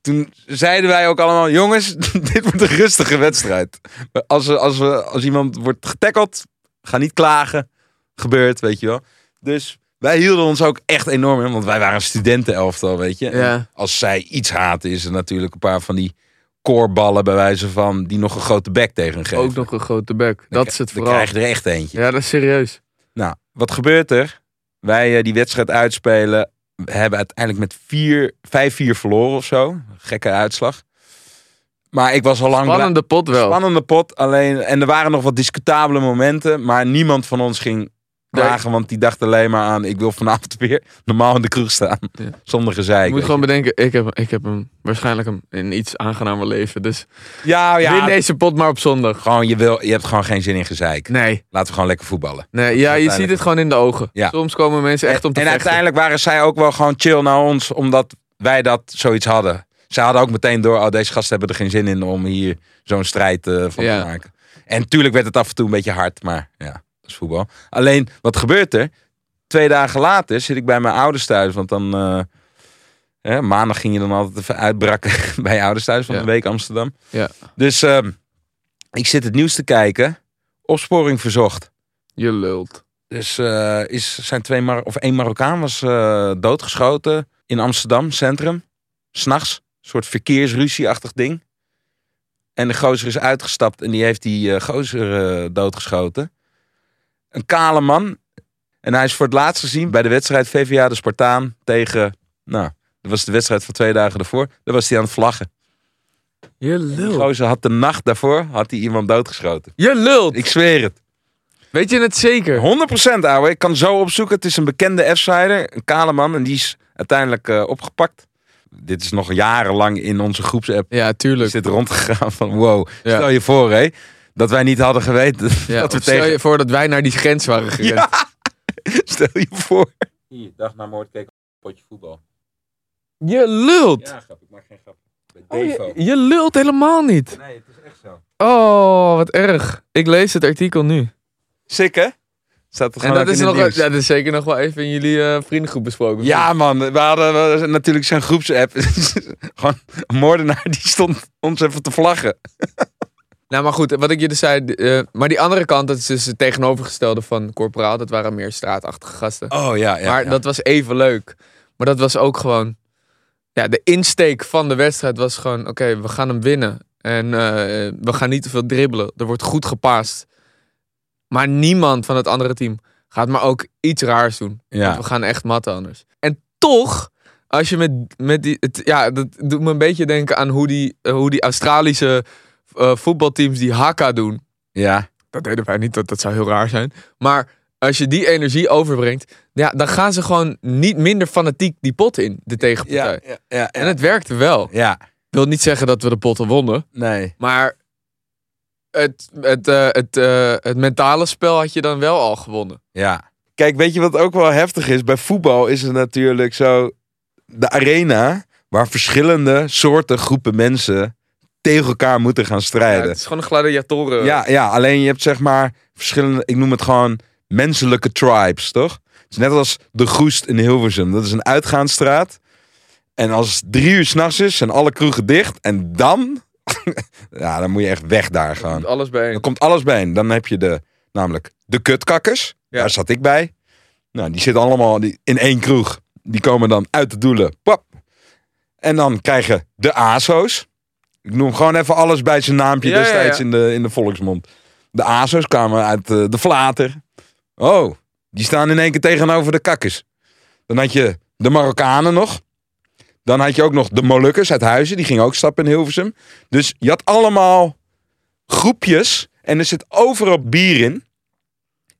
Speaker 4: Toen zeiden wij ook allemaal, jongens, [LAUGHS] dit wordt een rustige wedstrijd. Als, we- als, we, als iemand wordt getackeld, ga niet klagen. Gebeurt, weet je wel. Dus wij hielden ons ook echt enorm in, want wij waren een studentenelftal, weet je. En
Speaker 3: Ja.
Speaker 4: Als zij iets haten, is er natuurlijk een paar van die koorballen bij wijze van, die nog een grote bek tegen geven.
Speaker 3: Ook nog een grote bek.
Speaker 4: Dan
Speaker 3: Dat is het
Speaker 4: kri-
Speaker 3: vooral.
Speaker 4: Dan krijg je er echt eentje.
Speaker 3: Ja, dat is serieus.
Speaker 4: Nou, wat gebeurt er? Wij eh, die wedstrijd uitspelen. We hebben uiteindelijk met vier- 5-4 verloren of zo. Gekke uitslag. Maar ik was al lang blij-
Speaker 3: Spannende pot wel.
Speaker 4: Spannende pot. Alleen, en er waren nog wat discutabele momenten. Maar niemand van ons ging klagen. Want die dacht alleen maar aan: ik wil vanavond [LAUGHS] weer normaal in de kroeg staan.
Speaker 3: Ja.
Speaker 4: Zonder gezeik.
Speaker 3: Je moet
Speaker 4: weet
Speaker 3: gewoon bedenken, ik heb, ik heb hem waarschijnlijk een, een iets aangenamer leven. Dus
Speaker 4: je. Ja,
Speaker 3: win
Speaker 4: ja.
Speaker 3: deze pot maar op zondag.
Speaker 4: Gewoon, je, wil, je hebt gewoon geen zin in gezeik.
Speaker 3: Nee.
Speaker 4: Laten we gewoon lekker voetballen.
Speaker 3: nee ja, je
Speaker 4: Uiteindelijk.
Speaker 3: ziet het gewoon in de ogen.
Speaker 4: Ja.
Speaker 3: Soms komen mensen echt om te
Speaker 4: En
Speaker 3: vechten.
Speaker 4: uiteindelijk waren zij ook wel gewoon chill naar ons, omdat wij dat zoiets hadden. Zij hadden ook meteen door, oh, deze gasten hebben er geen zin in om hier zo'n strijd eh, van
Speaker 3: Ja.
Speaker 4: te maken. En tuurlijk werd het af en toe een beetje hard, maar ja, dat is voetbal. Alleen, wat gebeurt er? Twee dagen later zit ik bij mijn ouders thuis, want dan... eh, hè, maandag ging je dan altijd even uitbrakken [LAUGHS] bij je ouders thuis van
Speaker 3: Ja.
Speaker 4: de week Amsterdam.
Speaker 3: Ja.
Speaker 4: Dus ehm, ik zit het nieuws te kijken. Opsporing verzocht.
Speaker 3: Je lult.
Speaker 4: Dus eh, is, zijn twee Mar of één Marokkaan was eh, doodgeschoten in Amsterdam centrum. S'nachts. Een soort verkeersruzieachtig ding. En de gozer is uitgestapt en die heeft die eh, gozer eh, doodgeschoten. Een kale man. En hij is voor het laatst gezien bij de wedstrijd VVA de Spartaan tegen... Nou, dat was de wedstrijd van twee dagen daarvoor. Daar was hij aan het vlaggen.
Speaker 3: Je
Speaker 4: Die
Speaker 3: lult.
Speaker 4: gozer had de nacht daarvoor had hij iemand doodgeschoten.
Speaker 3: Je lult.
Speaker 4: Ik zweer het.
Speaker 3: Weet je het zeker?
Speaker 4: 100% ouwe. Ik kan zo opzoeken. Het is een bekende F-sider, een kale man. En die is uiteindelijk eh, opgepakt. Dit is nog jarenlang in onze groepsapp.
Speaker 3: Ja,
Speaker 4: Is
Speaker 3: tuurlijk.
Speaker 4: dit rondgegaan van wow.
Speaker 3: Ja.
Speaker 4: Stel je voor hè. Dat wij niet hadden geweten [LAUGHS]
Speaker 3: Ja,
Speaker 4: dat we
Speaker 3: of stel
Speaker 4: tegen...
Speaker 3: je voor dat wij naar die grens waren gerend.
Speaker 4: Ja. Stel je voor. Hier, dag na moord keek op een potje voetbal.
Speaker 3: Je lult.
Speaker 4: grap. Ik maak geen grap.
Speaker 3: Oh, je, je lult helemaal niet.
Speaker 4: Nee, het is echt zo.
Speaker 3: Oh, wat erg. Ik lees het artikel nu.
Speaker 4: Sick hè? Staat
Speaker 3: En
Speaker 4: er gewoon
Speaker 3: dat
Speaker 4: ook
Speaker 3: is,
Speaker 4: in het
Speaker 3: nog, wel-
Speaker 4: nieuws.
Speaker 3: ja, dat is zeker nog wel even in jullie eh, vriendengroep besproken.
Speaker 4: Ja, man. We hadden eh, natuurlijk zijn groepsapp. [LAUGHS] Gewoon een moordenaar die stond ons even te vlaggen.
Speaker 3: Nou, maar goed, wat ik je dus zei. eh, maar die andere kant, dat is dus het tegenovergestelde van corporaal. Dat waren meer straatachtige gasten.
Speaker 4: Oh ja, ja.
Speaker 3: maar
Speaker 4: ja.
Speaker 3: dat was even leuk. Maar dat was ook gewoon. Ja, de insteek van de wedstrijd was gewoon: oké, we gaan hem winnen. En eh, we gaan niet te veel dribbelen. Er wordt goed gepaast. Maar niemand van het andere team gaat maar ook iets raars doen.
Speaker 4: Ja.
Speaker 3: We gaan echt matten anders. En toch, als je met, met die... het- ja, dat doet me een beetje denken aan hoe die, eh, hoe die Australische eh, voetbalteams die haka doen.
Speaker 4: ja.
Speaker 3: Dat deden wij niet, dat, dat zou heel raar zijn. Maar als je die energie overbrengt, ja, dan gaan ze gewoon niet minder fanatiek die pot in, de tegenpartij.
Speaker 4: Ja. Ja. ja.
Speaker 3: En het werkte wel.
Speaker 4: ja.
Speaker 3: wil niet zeggen dat we de potten wonnen,
Speaker 4: Nee.
Speaker 3: maar het, het, eh, het, eh, het mentale spel had je dan wel al gewonnen.
Speaker 4: Ja. Kijk, weet je wat ook wel heftig is? Bij voetbal is het natuurlijk zo de arena waar verschillende soorten groepen mensen tegen elkaar moeten gaan
Speaker 3: Ja,
Speaker 4: strijden.
Speaker 3: het is gewoon een gladiatoren.
Speaker 4: Ja, ja, alleen je hebt zeg maar verschillende, ik noem het gewoon menselijke tribes, toch? Het is net als de Groest in Hilversum. Dat is een uitgaansstraat. En als het drie uur s'nachts is, zijn alle kroegen dicht. En dan, [LAUGHS] ja, dan moet je echt weg daar
Speaker 3: Met
Speaker 4: gaan.
Speaker 3: Alles
Speaker 4: Dan
Speaker 3: bijeen.
Speaker 4: komt alles bijeen. Dan heb je de, namelijk de kutkakkers.
Speaker 3: Ja.
Speaker 4: Daar zat ik bij. Nou, die zitten allemaal die- in één kroeg. Die komen dan uit de doelen. Pap. En dan krijgen de ASO's. Ik noem gewoon even alles bij zijn naampje
Speaker 3: Ja, ja,
Speaker 4: destijds
Speaker 3: ja.
Speaker 4: In, de, in de volksmond. De ASO's kwamen uit eh, de Vlater. Oh, die staan in één keer tegenover de kakkers. Dan had je de Marokkanen nog. Dan had je ook nog de Molukkers uit Huizen. Die gingen ook stappen in Hilversum. Dus je had allemaal groepjes. En er zit overal bier in.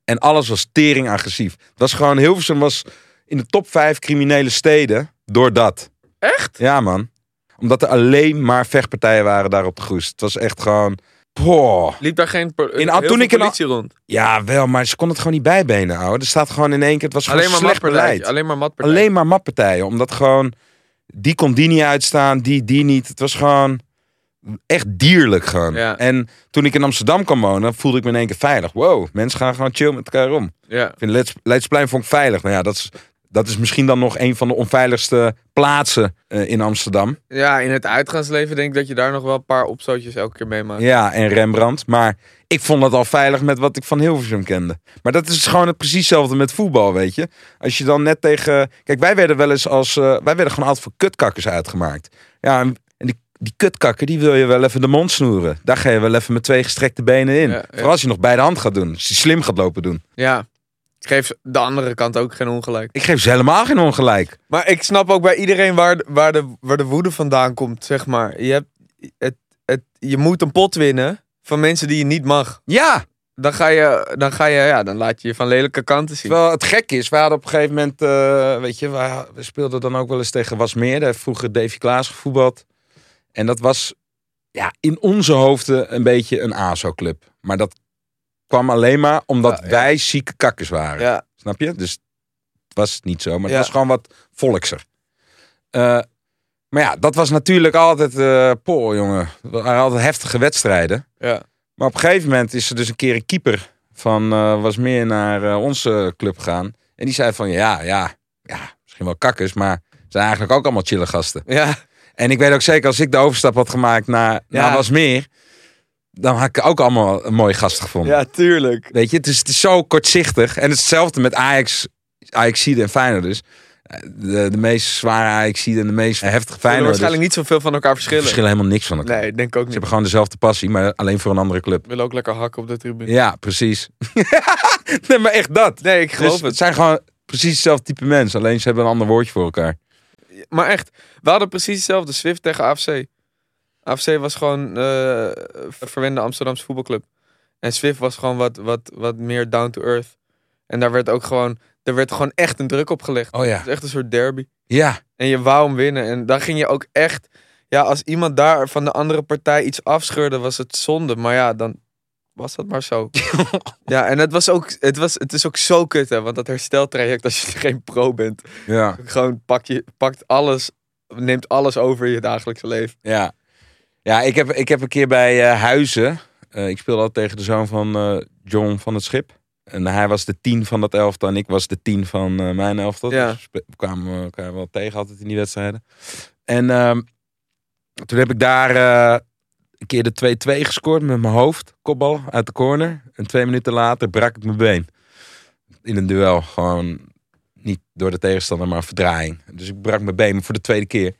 Speaker 4: En alles was tering agressief. Dat was gewoon, Hilversum was in de top vijf criminele steden door dat.
Speaker 3: Echt?
Speaker 4: Ja man. Omdat er alleen maar vechtpartijen waren daar op de groes. Het was echt gewoon... Poh.
Speaker 3: Liep daar geen po-
Speaker 4: In-
Speaker 3: heel
Speaker 4: toen
Speaker 3: veel
Speaker 4: ik in-
Speaker 3: politie rond?
Speaker 4: Ja wel, maar ze kon het gewoon niet bijbenen ouwe. Er staat gewoon in één keer, het was gewoon
Speaker 3: Alleen maar
Speaker 4: slecht
Speaker 3: matpartij.
Speaker 4: beleid.
Speaker 3: Alleen maar matpartij.
Speaker 4: Alleen maar matpartijen. Omdat gewoon, die kon die niet uitstaan, die, die niet. Het was gewoon echt dierlijk gewoon.
Speaker 3: Ja.
Speaker 4: En toen ik in Amsterdam kwam wonen, voelde ik me in één keer veilig. Wow, mensen gaan gewoon chill met elkaar om.
Speaker 3: Ja.
Speaker 4: Ik vind Leids, Leidsplein vond ik veilig. Nou ja, dat is, dat is misschien dan nog een van de onveiligste plaatsen eh, in Amsterdam.
Speaker 3: ja, in het uitgaansleven denk ik dat je daar nog wel een paar opstootjes elke keer meemaakt.
Speaker 4: Ja, en Rembrandt. Maar ik vond dat al veilig met wat ik van Hilversum kende. Maar dat is gewoon het precies hetzelfde met voetbal, weet je. Als je dan net tegen... Kijk, wij werden wel eens als... eh, wij werden gewoon altijd voor kutkakkers uitgemaakt. Ja, en en die, die kutkakker, die wil je wel even de mond snoeren. Daar ga je wel even met twee gestrekte benen in.
Speaker 3: Ja, ja.
Speaker 4: Vooral als je nog bij de hand gaat doen. Als je slim gaat lopen doen.
Speaker 3: Ja. Ik geef de andere kant ook geen ongelijk.
Speaker 4: Ik geef ze helemaal geen ongelijk.
Speaker 3: Maar ik snap ook bij iedereen waar, waar, de, waar de woede vandaan komt, zeg maar. Je, hebt, het, het, je moet een pot winnen van mensen die je niet mag.
Speaker 4: Ja!
Speaker 3: dan ga je, dan ga je, ja, dan laat je je van lelijke kanten zien.
Speaker 4: Terwijl het gek is, we hadden op een gegeven moment, eh, weet je, we, we speelden dan ook wel eens tegen Wasmeer. Daar heeft vroeger Davy Klaas gevoetbald. En dat was ja, in onze hoofden een beetje een ASO-club. Maar dat kwam alleen maar omdat
Speaker 3: Ja, ja.
Speaker 4: wij zieke kakkers waren.
Speaker 3: ja,
Speaker 4: Snap je? Dus het was niet zo, maar
Speaker 3: Ja.
Speaker 4: het was gewoon wat volkser. Eh, maar ja, dat was natuurlijk altijd, eh poh jongen, we waren altijd heftige wedstrijden.
Speaker 3: ja.
Speaker 4: Maar op een gegeven moment is er dus een keer een keeper van eh, was meer naar eh, onze club gegaan. En die zei van ja, ja, ja, misschien wel kakkers, maar ze zijn eigenlijk ook allemaal chille gasten.
Speaker 3: Ja,
Speaker 4: En ik weet ook zeker, als ik de overstap had gemaakt naar,
Speaker 3: Ja.
Speaker 4: naar was meer, dan had ik ook allemaal een mooie gast gevonden.
Speaker 3: tuurlijk.
Speaker 4: Weet je, het is, het is zo kortzichtig. En hetzelfde met Ajax, Ajax en Feyenoord dus. De, de meest zware Ajax en de meest heftige
Speaker 3: Zullen
Speaker 4: Feyenoord.
Speaker 3: waarschijnlijk niet zoveel van elkaar dus. verschillen.
Speaker 4: verschillen helemaal niks van elkaar.
Speaker 3: Nee, denk ook
Speaker 4: Ze
Speaker 3: niet.
Speaker 4: hebben gewoon dezelfde passie, maar alleen voor een andere club.
Speaker 3: Ik wil ook lekker hakken op de tribune.
Speaker 4: Ja, precies. [LAUGHS] nee, maar echt dat.
Speaker 3: Nee, ik geloof
Speaker 4: Dus het zijn gewoon precies hetzelfde type mensen. Alleen ze hebben een ander woordje voor elkaar.
Speaker 3: het. Maar echt, we hadden precies hetzelfde. Swift tegen AFC. AFC was gewoon eh, een verwende Amsterdamse voetbalclub. En Swift was gewoon wat, wat, wat meer down to earth. En daar werd ook gewoon, er werd gewoon echt een druk op gelegd.
Speaker 4: Oh ja.
Speaker 3: Het is echt een soort derby.
Speaker 4: Ja.
Speaker 3: En je wou hem winnen. En dan ging je ook echt. Ja, als iemand daar van de andere partij iets afscheurde, was het zonde. Maar ja, dan was dat maar [LAUGHS] zo. ja, en het, was ook, het, was, het is ook zo kut, hè? Want dat hersteltraject, als je [LAUGHS] geen pro bent,
Speaker 4: Ja.
Speaker 3: gewoon pak je, pakt alles, neemt alles over in je dagelijkse leven.
Speaker 4: Ja. Ja, ik heb, ik heb een keer bij eh, Huizen. eh, ik speelde al tegen de zoon van eh, John van het Schip. En hij was de tien van dat elftal en ik was de tien van eh, mijn elftal.
Speaker 3: Ja.
Speaker 4: Dus we spe- we kwamen elkaar wel tegen altijd in die wedstrijden. En ehm, toen heb ik daar eh, een keer de 2-2 gescoord met mijn hoofd. Kopbal uit de corner. En twee minuten later brak ik mijn been. In een duel. Gewoon niet door de tegenstander, maar verdraaiing. Dus ik brak mijn been voor de tweede keer.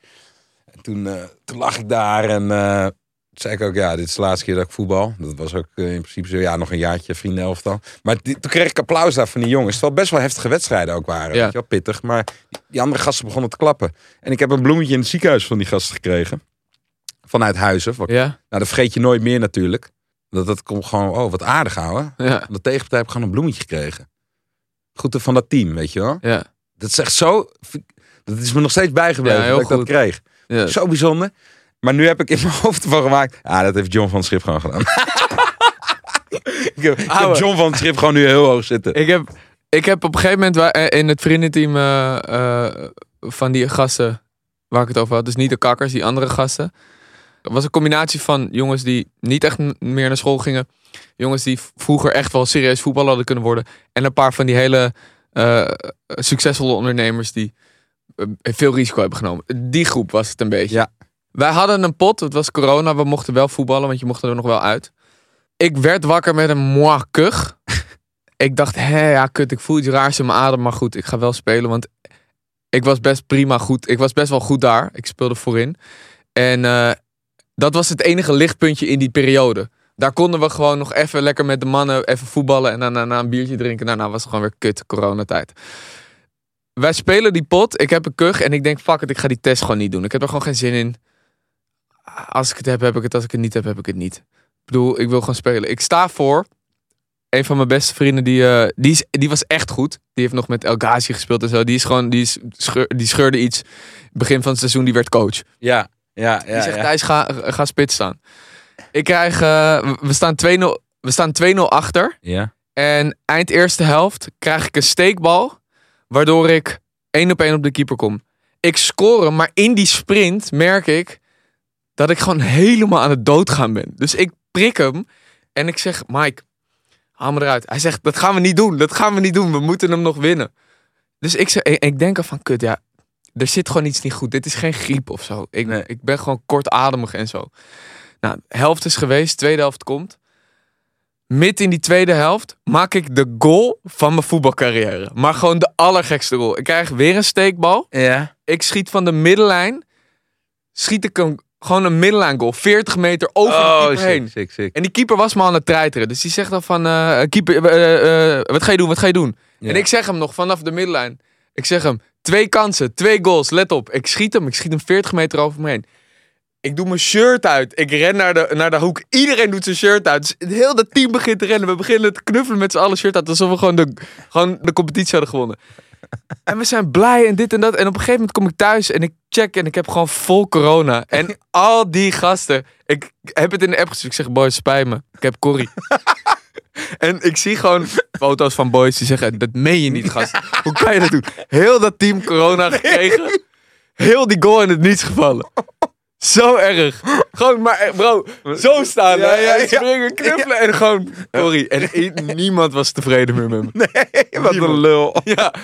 Speaker 4: En toen, eh, toen lag ik daar en eh, zei ik ook, ja, dit is de laatste keer dat ik voetbal. Dat was ook eh, in principe zo, ja, nog een jaartje, vrienden elftal. Maar die- toen kreeg ik applaus daar van die jongens. Terwijl het best wel heftige wedstrijden ook waren.
Speaker 3: Ja.
Speaker 4: Weet je wel, pittig. Maar die andere gasten begonnen te klappen. En ik heb een bloemetje in het ziekenhuis van die gasten gekregen. Vanuit Huizen. Wat,
Speaker 3: Ja,
Speaker 4: Nou, dat vergeet je nooit meer natuurlijk. Dat, dat komt gewoon, oh, wat aardig houden.
Speaker 3: ja,
Speaker 4: Van de tegenpartij heb ik gewoon een bloemetje gekregen. Goed van dat team, weet je wel.
Speaker 3: ja.
Speaker 4: Dat is echt zo... Dat is me nog steeds bijgebleven
Speaker 3: Ja, heel
Speaker 4: dat ik dat
Speaker 3: goed.
Speaker 4: kreeg.
Speaker 3: ja.
Speaker 4: Zo bijzonder. Maar nu heb ik in mijn [LAUGHS] hoofd van gemaakt. Ah, dat heeft John van het Schip gewoon gedaan. [LAUGHS] ik, heb, ik heb
Speaker 3: Ouwe.
Speaker 4: John van het Schip gewoon nu heel hoog zitten.
Speaker 3: Ik heb, ik heb op een gegeven moment wa- eh, in het vriendenteam eh, eh, van die gasten waar ik het over had, dus niet de kakkers, die andere gasten, was een combinatie van jongens die niet echt m- meer naar school gingen, jongens die v- vroeger echt wel serieus voetbal hadden kunnen worden, en een paar van die hele eh, succesvolle ondernemers die eh, veel risico hebben genomen. Die groep was het een beetje.
Speaker 4: Ja.
Speaker 3: Wij hadden een pot, het was corona, we mochten wel voetballen, want je mocht er nog wel uit. Ik werd wakker met een moi kuch ik dacht, hé, ja, kut, ik voel iets raars in mijn adem, maar goed, ik ga wel spelen, want ik was best prima goed. Ik was best wel goed daar. Ik speelde voorin. En eh, dat was het enige lichtpuntje in die periode. Daar konden we gewoon nog even lekker met de mannen even voetballen en daarna na een biertje drinken. Daarna was het gewoon weer kut, coronatijd. Wij spelen die pot, ik heb een kuch en ik denk, fuck het, ik ga die test gewoon niet doen. Ik heb er gewoon geen zin in. Als ik het heb, heb ik het. Als ik het niet heb, heb ik het niet. Ik bedoel, ik wil gewoon spelen. Ik sta voor een van mijn beste vrienden, die, eh, die, is, die was echt goed. Die heeft nog met El Ghazi gespeeld en zo. Die is gewoon, die, is scheur- die scheurde iets. Begin van het seizoen, die werd coach.
Speaker 4: Ja, ja,
Speaker 3: Die
Speaker 4: ja.
Speaker 3: zegt,
Speaker 4: ja.
Speaker 3: Thijs, ga, ga spits staan. Ik krijg, eh, we- we staan 2-0 we staan 2-0 achter.
Speaker 4: ja.
Speaker 3: En eind eerste helft krijg ik een steekbal. Waardoor ik één op één op de keeper kom. Ik score, hem, maar in die sprint merk ik dat ik gewoon helemaal aan het doodgaan ben. Dus ik prik hem en ik zeg, Mike, haal me eruit. Hij zegt, dat gaan we niet doen, dat gaan we niet doen. We moeten hem nog winnen. Dus ik, zeg, en ik denk al van, kut, ja, er zit gewoon iets niet goed. Dit is geen griep of zo. Ik,
Speaker 4: Nee.
Speaker 3: ik ben gewoon kortademig en zo. Nou, helft is geweest, tweede helft komt mid in die tweede helft maak ik de goal van mijn voetbalcarrière. Maar gewoon de allergekste goal. Ik krijg weer een steekbal.
Speaker 4: Ja.
Speaker 3: Ik schiet van de middenlijn. Schiet ik een, gewoon een middenlijn goal. 40 meter over de
Speaker 4: Oh,
Speaker 3: keeper
Speaker 4: sick,
Speaker 3: heen.
Speaker 4: sick, sick.
Speaker 3: En die keeper was me aan het treiteren. Dus die zegt dan van... eh, keeper, eh, eh, wat ga je doen, wat ga je doen?
Speaker 4: Ja.
Speaker 3: En ik zeg hem nog vanaf de middenlijn. Ik zeg hem, twee kansen, twee goals, let op. Ik schiet hem, ik schiet hem 40 meter over me heen. Ik doe mijn shirt uit. Ik ren naar de, naar de hoek. Iedereen doet zijn shirt uit. Dus heel dat team begint te rennen. We beginnen te knuffelen met z'n allen shirt uit. Alsof we gewoon de, gewoon de competitie hadden gewonnen. En we zijn blij en dit en dat. En op een gegeven moment kom ik thuis en ik check en ik heb gewoon vol corona. En
Speaker 4: [LAUGHS]
Speaker 3: al die gasten. Ik heb het in de app gestuurd. Ik zeg, boys, spijt me. Ik heb
Speaker 4: [LAUGHS]
Speaker 3: Corrie. En ik zie gewoon foto's van boys die zeggen: Dat meen je niet, gast. Hoe kan je dat doen? Heel dat team corona gekregen. Heel die goal in het niets gevallen. Zo erg. Gewoon, maar eh, bro, zo staan.
Speaker 4: Ja,
Speaker 3: Ja,
Speaker 4: ja, ja.
Speaker 3: Springen, knuffelen en gewoon. Sorry. En i- niemand was tevreden meer met me.
Speaker 4: Wat een [LAUGHS] lul.
Speaker 3: [LAUGHS] Ja.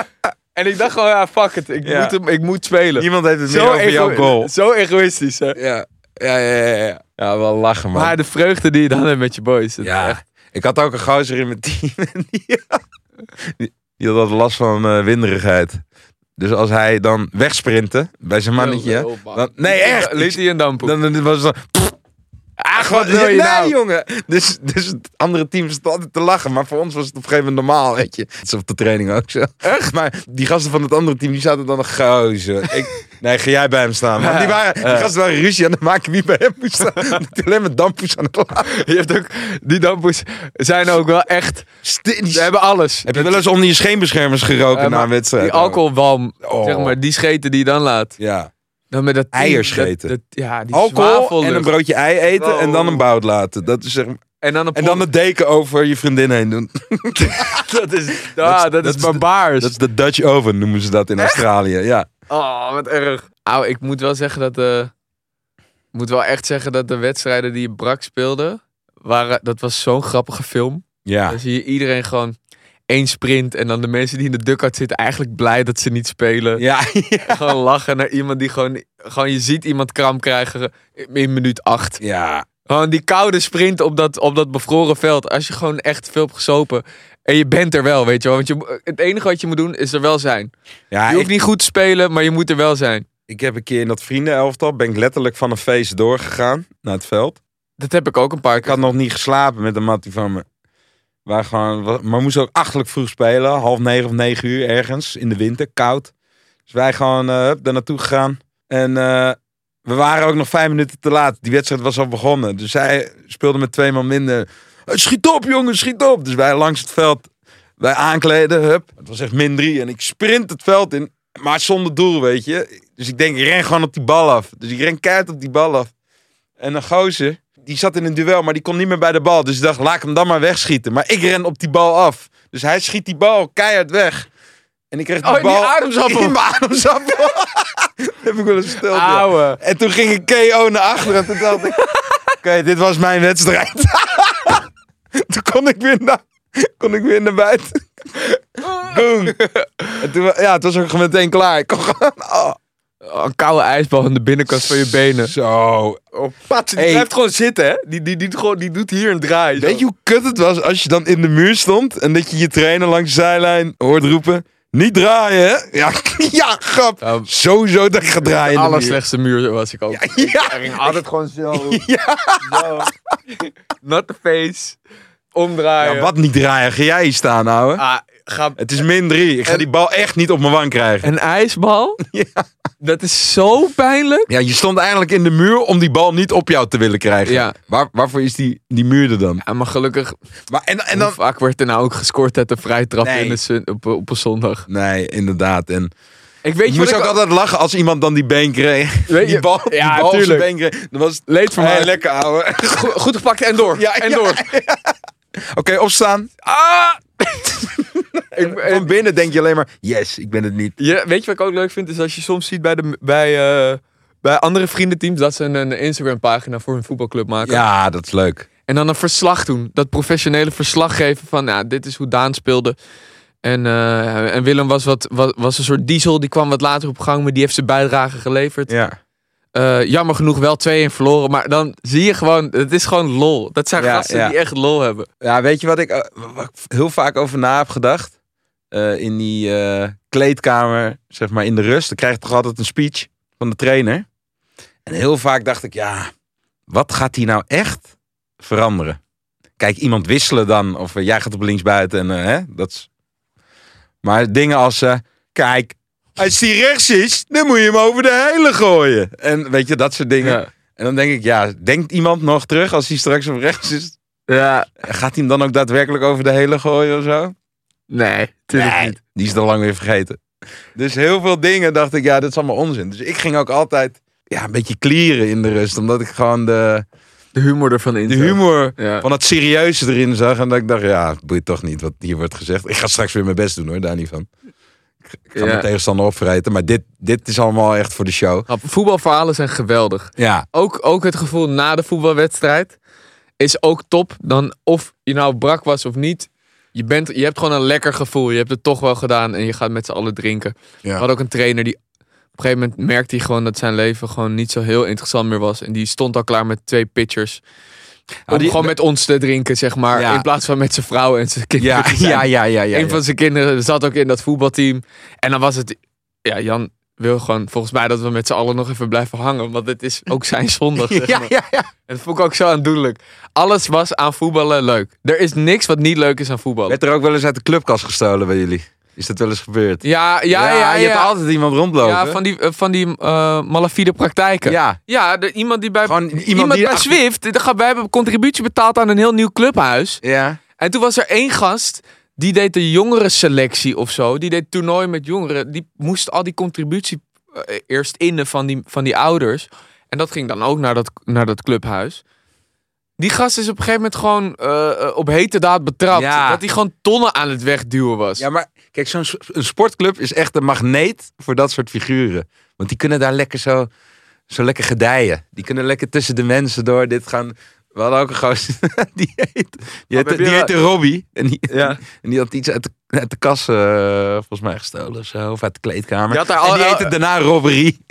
Speaker 3: En ik dacht gewoon: Ja, fuck it. Ik,
Speaker 4: Ja.
Speaker 3: moet, hem, ik moet spelen.
Speaker 4: Niemand heeft het meer
Speaker 3: zo,
Speaker 4: over jouw
Speaker 3: egoï-
Speaker 4: goal.
Speaker 3: zo egoïstisch, hè?
Speaker 4: Ja. Ja, ja, ja, ja. Ja, wel lachen, man.
Speaker 3: Maar de vreugde die je dan hebt met je boys. dat is
Speaker 4: ja.
Speaker 3: echt-
Speaker 4: Ik had ook een gozer in mijn team. [LAUGHS] en die, die, die had wat last van eh, winderigheid. Dus als hij dan wegsprintte bij zijn mannetje.
Speaker 3: Heel lul, man.
Speaker 4: dan- nee, echt.
Speaker 3: Liet hij een dampoe.
Speaker 4: Dan, dan was het dan... Ach,
Speaker 3: wat wil je
Speaker 4: Ah, nee,
Speaker 3: nou?
Speaker 4: jongen. Dus, dus het andere team zat altijd te lachen. Maar voor ons was het op een gegeven moment normaal, weet je. Het is op de training ook zo. Echt? Maar die gasten van het andere team, die zaten dan nog gozer. Ik, nee, ga jij bij hem staan. Want die, waren, die gasten waren ruzie aan het maken wie bij hem moest staan. [LAUGHS] Omdat hij alleen maar dampoes aan het lachen.
Speaker 3: Je hebt ook, die dampoes zijn ook wel echt.
Speaker 4: Ste- die-
Speaker 3: Ze hebben alles.
Speaker 4: Heb je wel eens onder je scheenbeschermers geroken
Speaker 3: Eh,
Speaker 4: na
Speaker 3: maar
Speaker 4: een wedstrijd?
Speaker 3: Die alcoholwalm,
Speaker 4: Oh.
Speaker 3: zeg maar, die scheten die je dan laat.
Speaker 4: Ja.
Speaker 3: Dan met dat
Speaker 4: Eierscheten.
Speaker 3: dat- dat- ja, die
Speaker 4: Alcohol
Speaker 3: zwavellucht.
Speaker 4: en een broodje ei eten en dan
Speaker 3: Wow.
Speaker 4: een bout laten. Dat is zeg maar-
Speaker 3: En dan een
Speaker 4: En dan
Speaker 3: pol-
Speaker 4: het deken over je vriendin heen doen.
Speaker 3: dat is,
Speaker 4: dat is-
Speaker 3: [LAUGHS] ja, dat,
Speaker 4: dat is
Speaker 3: is
Speaker 4: de-
Speaker 3: barbaars.
Speaker 4: Dat is de Dutch oven, noemen ze dat in Australië. Ja.
Speaker 3: Oh, wat erg. Au, ik moet wel zeggen dat eh, ik moet wel echt zeggen dat de wedstrijden die je brak speelde, waren, dat was zo'n grappige film.
Speaker 4: Ja.
Speaker 3: Dan zie je iedereen gewoon één sprint en dan de mensen die in de dugout zitten eigenlijk blij dat ze niet spelen.
Speaker 4: Ja. [LAUGHS]
Speaker 3: Gewoon lachen naar iemand die gewoon, gewoon je ziet iemand kram krijgen in minuut acht.
Speaker 4: Ja.
Speaker 3: Gewoon die koude sprint op dat, op dat bevroren veld. Als je gewoon echt veel hebt gesopen. En je bent er wel, weet je wel. Want je, het enige wat je moet doen is er wel zijn.
Speaker 4: ja
Speaker 3: Je hoeft
Speaker 4: ik,
Speaker 3: niet goed te spelen, maar je moet er wel zijn.
Speaker 4: ik heb een keer in dat vriendenelftal, ben ik letterlijk van een feest doorgegaan naar het veld.
Speaker 3: Dat heb ik ook een paar
Speaker 4: Ik had nog niet geslapen met een mattie van me. Waar gewoon, maar moest ook achtelijk vroeg spelen. Half negen of negen uur ergens in de winter, koud. Dus wij gewoon eh, hup, daar naartoe gegaan. En eh, we waren ook nog vijf minuten te laat. Die wedstrijd was al begonnen. Dus zij speelde met twee man minder. Eh, Schiet op jongens, schiet op. Dus wij langs het veld, wij aankleden, hup. Het was echt min drie. En ik sprint het veld in, maar zonder doel, weet je. Dus ik denk, ik ren gewoon op die bal af. Dus ik ren keihard op die bal af. En een gozer, die zat in een duel, maar die kon niet meer bij de bal. Dus ik dacht, laat ik hem dan maar wegschieten. Maar ik ren op die bal af. Dus hij schiet die bal keihard weg. En ik kreeg die
Speaker 3: Oh, in die
Speaker 4: bal
Speaker 3: ademsappel.
Speaker 4: [LAUGHS] in mijn ademsappel. Dat heb ik wel eens verteld. ja.
Speaker 3: Ouwe.
Speaker 4: En toen ging ik KO naar achteren. En toen dacht [LAUGHS] ik, oké, dit was mijn wedstrijd. [LAUGHS] toen kon ik weer naar, kon ik weer naar [LAUGHS] buiten. Boom. En toen, wa- ja, het was ook gewoon meteen klaar. Ik kon gewoon... oh,
Speaker 3: Een koude ijsbal aan de binnenkant van je benen.
Speaker 4: Zo.
Speaker 3: Pat, die
Speaker 4: Hey.
Speaker 3: blijft gewoon zitten, hè? Die, die, die, doet gewoon- die doet hier een draai.
Speaker 4: Weet je hoe kut het was als je dan in de muur stond en dat je je trainer langs de zijlijn hoort roepen... Niet draaien, hè? Ja, [LAUGHS] ja grap.
Speaker 3: Ja,
Speaker 4: Sowieso dat ik ga draaien
Speaker 3: de
Speaker 4: in de muur.
Speaker 3: allerslechtste muur was ik ook.
Speaker 4: [LAUGHS] Ja.
Speaker 3: altijd gewoon zo. [LAUGHS] Not the face. Omdraaien.
Speaker 4: Ja, wat niet draaien? Ga jij hier staan, ouwe?
Speaker 3: Ah, ga...
Speaker 4: Het is min drie. Ik ga
Speaker 3: En-
Speaker 4: die bal echt niet op mijn wang krijgen.
Speaker 3: Een
Speaker 4: [LAUGHS]
Speaker 3: ijsbal? Dat is zo pijnlijk.
Speaker 4: Ja, je stond eigenlijk in de muur om die bal niet op jou te willen krijgen.
Speaker 3: Ja.
Speaker 4: Waar, waarvoor is die, die muur er dan?
Speaker 3: Ja, maar gelukkig,
Speaker 4: Maar, en, en
Speaker 3: hoe
Speaker 4: dan...
Speaker 3: vaak werd er nou ook gescoord uit de vrijtrap
Speaker 4: Nee.
Speaker 3: in de zon- op, op een zondag?
Speaker 4: Nee, inderdaad. En
Speaker 3: Ik weet
Speaker 4: je
Speaker 3: je wat
Speaker 4: moest
Speaker 3: ik
Speaker 4: ook
Speaker 3: al-
Speaker 4: altijd lachen als iemand dan die been kreeg. [LAUGHS]
Speaker 3: Weet
Speaker 4: Die
Speaker 3: je-
Speaker 4: bal, die
Speaker 3: Ja,
Speaker 4: bal op zijn
Speaker 3: tuurlijk.
Speaker 4: been kreeg. Dan was het...
Speaker 3: Leed van
Speaker 4: Hey,
Speaker 3: mij.
Speaker 4: lekker, ouwe. Oké,
Speaker 3: Go- Goed gepakt en door.
Speaker 4: Ja,
Speaker 3: en
Speaker 4: ja.
Speaker 3: door.
Speaker 4: [LAUGHS] opstaan.
Speaker 3: Ah! [LAUGHS] ik, eh,
Speaker 4: Van binnen denk je alleen maar... Yes, ik ben het niet.
Speaker 3: ja, weet je wat ik ook leuk vind? Is als je soms ziet bij, de, bij, eh, bij andere vriendenteams dat ze een, een Instagram pagina voor hun voetbalclub maken.
Speaker 4: Ja, dat is leuk.
Speaker 3: En dan een verslag doen. Dat professionele verslag geven van nou, dit is hoe Daan speelde. En, eh, en Willem was, wat, was, was een soort diesel. Die kwam wat later op gang, maar die heeft zijn bijdrage geleverd.
Speaker 4: Ja.
Speaker 3: Eh, jammer genoeg wel 2-1 verloren. Maar dan zie je gewoon, het is gewoon lol. Dat zijn
Speaker 4: Ja,
Speaker 3: gasten
Speaker 4: ja.
Speaker 3: die echt lol hebben.
Speaker 4: Ja, weet je wat ik, eh, wat ik heel vaak over na heb gedacht? Eh, in die eh, kleedkamer, zeg maar in de rust, dan krijg je toch altijd een speech van de trainer. En heel vaak dacht ik, ja, wat gaat hij nou echt veranderen? Kijk, iemand wisselen dan, of eh, jij gaat op links buiten en eh, hè, dat is. Maar dingen als, eh, kijk, als die rechts is, dan moet je hem over de hele gooien. En weet je, dat soort dingen.
Speaker 3: Ja.
Speaker 4: En dan denk ik, ja, denkt iemand nog terug als hij straks op rechts is?
Speaker 3: Ja,
Speaker 4: Gaat hij hem dan ook daadwerkelijk over de hele gooien of zo?
Speaker 3: nee, tuurlijk niet.
Speaker 4: Die is dan lang weer vergeten. Dus heel veel dingen dacht ik, ja, dat is allemaal onzin. Dus ik ging ook altijd ja, een beetje klieren in de rust. Omdat ik gewoon de,
Speaker 3: De humor ervan in.
Speaker 4: de humor
Speaker 3: Ja.
Speaker 4: van het serieuze erin zag. En dat ik dacht, ja, het boeit toch niet wat hier wordt gezegd. Ik ga straks weer mijn best doen hoor, daar niet van. Ik ga
Speaker 3: Ja.
Speaker 4: mijn tegenstander opvreten. Maar dit, dit is allemaal echt voor de show.
Speaker 3: Grap, Voetbalverhalen zijn geweldig.
Speaker 4: Ja,
Speaker 3: Ook, ook het gevoel na de voetbalwedstrijd is ook top. Dan of je nou brak was of niet. Je, bent, je hebt gewoon een lekker gevoel. Je hebt het toch wel gedaan en je gaat met z'n allen drinken. We
Speaker 4: Ja.
Speaker 3: hadden ook een trainer die op een gegeven moment merkte hij gewoon dat zijn leven gewoon niet zo heel interessant meer was. En die stond al klaar met twee pitchers. om
Speaker 4: Oh, die-
Speaker 3: gewoon met ons te drinken, zeg maar.
Speaker 4: Ja.
Speaker 3: In plaats van met zijn vrouw en zijn kinderen.
Speaker 4: [LAUGHS] [LAUGHS] ja,
Speaker 3: te zijn.
Speaker 4: ja, ja, ja. ja,
Speaker 3: een van zijn kinderen zat ook in dat voetbalteam. En dan was het. Ja, Jan wil gewoon volgens mij dat we met z'n allen nog even blijven hangen. Want het is ook zijn
Speaker 4: [LAUGHS]
Speaker 3: zondag. Zeg
Speaker 4: [LAUGHS] ja,
Speaker 3: maar.
Speaker 4: ja, ja.
Speaker 3: En dat vond ik ook zo aandoenlijk. Alles was aan voetballen leuk. Er is niks wat niet leuk is aan voetballen.
Speaker 4: Werd er ook wel eens uit de clubkast gestolen bij jullie? Is dat wel eens gebeurd?
Speaker 3: Ja, ja, ja. ja,
Speaker 4: je hebt altijd iemand rondlopen.
Speaker 3: Ja, van die, eh, van die eh, malafide praktijken. Ja,
Speaker 4: Ja,
Speaker 3: de- iemand die bij,
Speaker 4: gewoon iemand,
Speaker 3: iemand
Speaker 4: die
Speaker 3: bij
Speaker 4: achter-
Speaker 3: Swift. die gaat- Wij hebben contributie betaald aan een heel nieuw clubhuis.
Speaker 4: Ja.
Speaker 3: En toen was er één gast. Die deed de jongerenselectie of zo. Die deed toernooi met jongeren. Die moest al die contributie eh, eerst innen van die, van die ouders. En dat ging dan ook naar dat, naar dat clubhuis. Die gast is op een gegeven moment gewoon eh, eh, op hete daad betrapt.
Speaker 4: Ja.
Speaker 3: Dat hij gewoon tonnen aan het wegduwen was.
Speaker 4: ja, maar kijk, zo'n s- een sportclub is echt een magneet voor dat soort figuren. Want die kunnen daar lekker zo, zo lekker gedijen. Die kunnen lekker tussen de mensen door dit gaan. We hadden ook een gozer, [LAUGHS] die heet, die
Speaker 3: Oh, heb
Speaker 4: heette,
Speaker 3: je-
Speaker 4: die heette Robbie. En die,
Speaker 3: Ja.
Speaker 4: [LAUGHS] en die had iets uit de, uit de kas eh, volgens mij gestolen of zo. Of uit de kleedkamer.
Speaker 3: Je had daar
Speaker 4: en
Speaker 3: al-
Speaker 4: die heette daarna Robbery.
Speaker 3: [LAUGHS]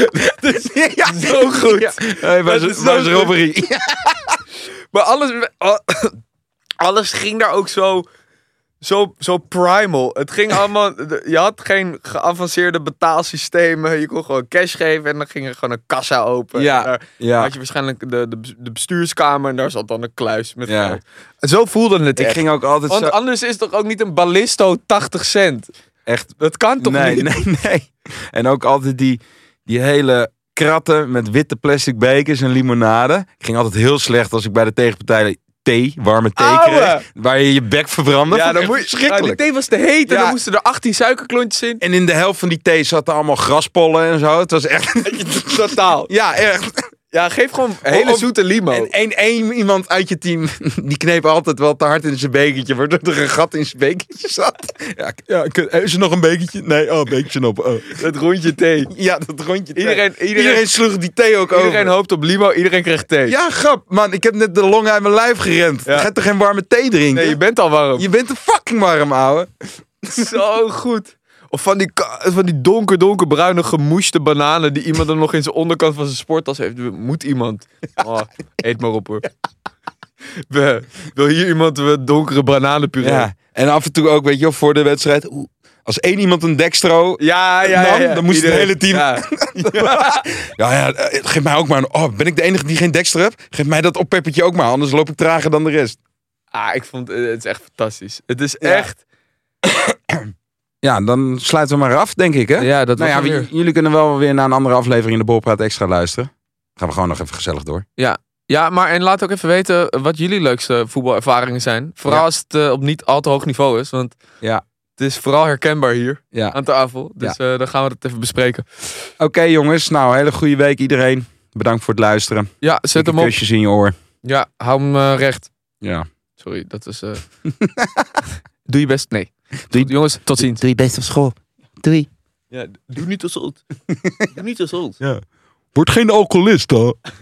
Speaker 4: [LAUGHS] Dus ja,
Speaker 3: zo goed.
Speaker 4: [LAUGHS] Ja. Hey, waar
Speaker 3: Dat
Speaker 4: is,
Speaker 3: is zo
Speaker 4: waar is
Speaker 3: goed.
Speaker 4: Robbery?
Speaker 3: oh, [COUGHS] Maar alles, al- alles ging daar ook zo, zo, zo primal. Het ging allemaal... de- Je had geen geavanceerde betaalsystemen. Je kon gewoon cash geven en dan ging er gewoon een kassa open. En
Speaker 4: [LAUGHS] Ja,
Speaker 3: daar
Speaker 4: ja.
Speaker 3: had je waarschijnlijk de, de, bes- de bestuurskamer en daar zat dan een kluis met
Speaker 4: Ja.
Speaker 3: geld. En zo voelde het
Speaker 4: Ik
Speaker 3: echt.
Speaker 4: ging ook altijd
Speaker 3: Want
Speaker 4: zo...
Speaker 3: anders is toch ook niet een ballisto 80 cent?
Speaker 4: Echt,
Speaker 3: Dat kan toch
Speaker 4: nee,
Speaker 3: niet?
Speaker 4: nee, nee. En ook altijd die, die hele kratten met witte plastic bekers en limonade. Ik ging altijd heel slecht als ik bij de tegenpartij thee, warme thee
Speaker 3: Ouwe!
Speaker 4: kreeg. Waar je je bek verbrandde.
Speaker 3: ja,
Speaker 4: Vond ik
Speaker 3: dan
Speaker 4: echt
Speaker 3: moet je, nou, die
Speaker 4: verschrikkelijk.
Speaker 3: thee was te heet en
Speaker 4: Ja.
Speaker 3: dan moesten er 18 suikerklontjes in.
Speaker 4: En in de helft van die thee zaten allemaal graspollen en zo. Het was echt...
Speaker 3: [LAUGHS]
Speaker 4: [LAUGHS]
Speaker 3: Totaal.
Speaker 4: Ja, echt.
Speaker 3: Ja, geef gewoon hele
Speaker 4: Of-
Speaker 3: zoete limo.
Speaker 4: En één, één iemand uit je team, [LAUGHS] die kneep altijd wel te hard in zijn bekertje, waardoor er een gat in zijn bekertje zat. Ja, ik- ja, ik- is er nog een bekertje? Nee, oh, bekertje op. oh.
Speaker 3: het rondje thee.
Speaker 4: Ja, dat rondje thee.
Speaker 3: Iedereen, iedereen,
Speaker 4: Iedereen
Speaker 3: iedereen,
Speaker 4: sloeg die thee ook over.
Speaker 3: hoopt op limo, iedereen kreeg thee.
Speaker 4: Ja, grap, man. Ik heb net de longen uit mijn lijf gerend.
Speaker 3: Ja.
Speaker 4: Ga toch geen warme thee drinken?
Speaker 3: Nee, je bent al warm.
Speaker 4: je bent te fucking warm, ouwe.
Speaker 3: Zo goed. Of van die, ka- van die donker, donkerbruine gemoeste bananen die iemand dan nog in zijn onderkant van zijn sporttas heeft. Moet iemand. Oh, eet maar op hoor. We- Wil hier iemand eh, donkere bananenpuree?
Speaker 4: Ja. En af en toe ook, weet je wel, voor de wedstrijd. oeh, Als één iemand een dekstro...
Speaker 3: ja, ja. ja,
Speaker 4: Nam,
Speaker 3: ja.
Speaker 4: dan moest het
Speaker 3: Iedereen-
Speaker 4: hele team-
Speaker 3: Ja. [LAUGHS]
Speaker 4: Ja, ja, eh, geef mij ook maar een... Oh, ben ik de enige die geen dekster heb? Geef mij dat oppeppertje ook maar, anders loop ik trager dan de rest.
Speaker 3: Ah, ik vond eh, het is echt fantastisch. Het is
Speaker 4: Ja.
Speaker 3: echt.
Speaker 4: Ja, dan sluiten we maar af, denk ik, hè?
Speaker 3: dat
Speaker 4: nou ja, j- jullie kunnen wel weer naar een andere aflevering in de Bolpraat Extra luisteren. Gaan we gewoon nog even gezellig door.
Speaker 3: Ja, maar en laat ook even weten wat jullie leukste voetbalervaringen zijn. Vooral
Speaker 4: Ja.
Speaker 3: als het eh, op niet al te hoog niveau is. Want
Speaker 4: Ja.
Speaker 3: het is vooral herkenbaar hier
Speaker 4: Ja.
Speaker 3: aan tafel. Dus eh, dan gaan we dat even bespreken.
Speaker 4: Oké, jongens. Nou, hele goede week iedereen. Bedankt voor het luisteren.
Speaker 3: Ja, zet
Speaker 4: Dikke
Speaker 3: hem op.
Speaker 4: Kusjes in je oor.
Speaker 3: Ja, hou hem eh, recht.
Speaker 4: Ja.
Speaker 3: Sorry, dat is. eh,
Speaker 4: [LAUGHS]
Speaker 3: doe je best. Nee. Goed, jongens, tot ziens.
Speaker 4: Doe je best op school. Doei.
Speaker 3: Ja, doe [LAUGHS] niet als oud. doe niet als oud.
Speaker 4: Word geen alcoholist, hoor.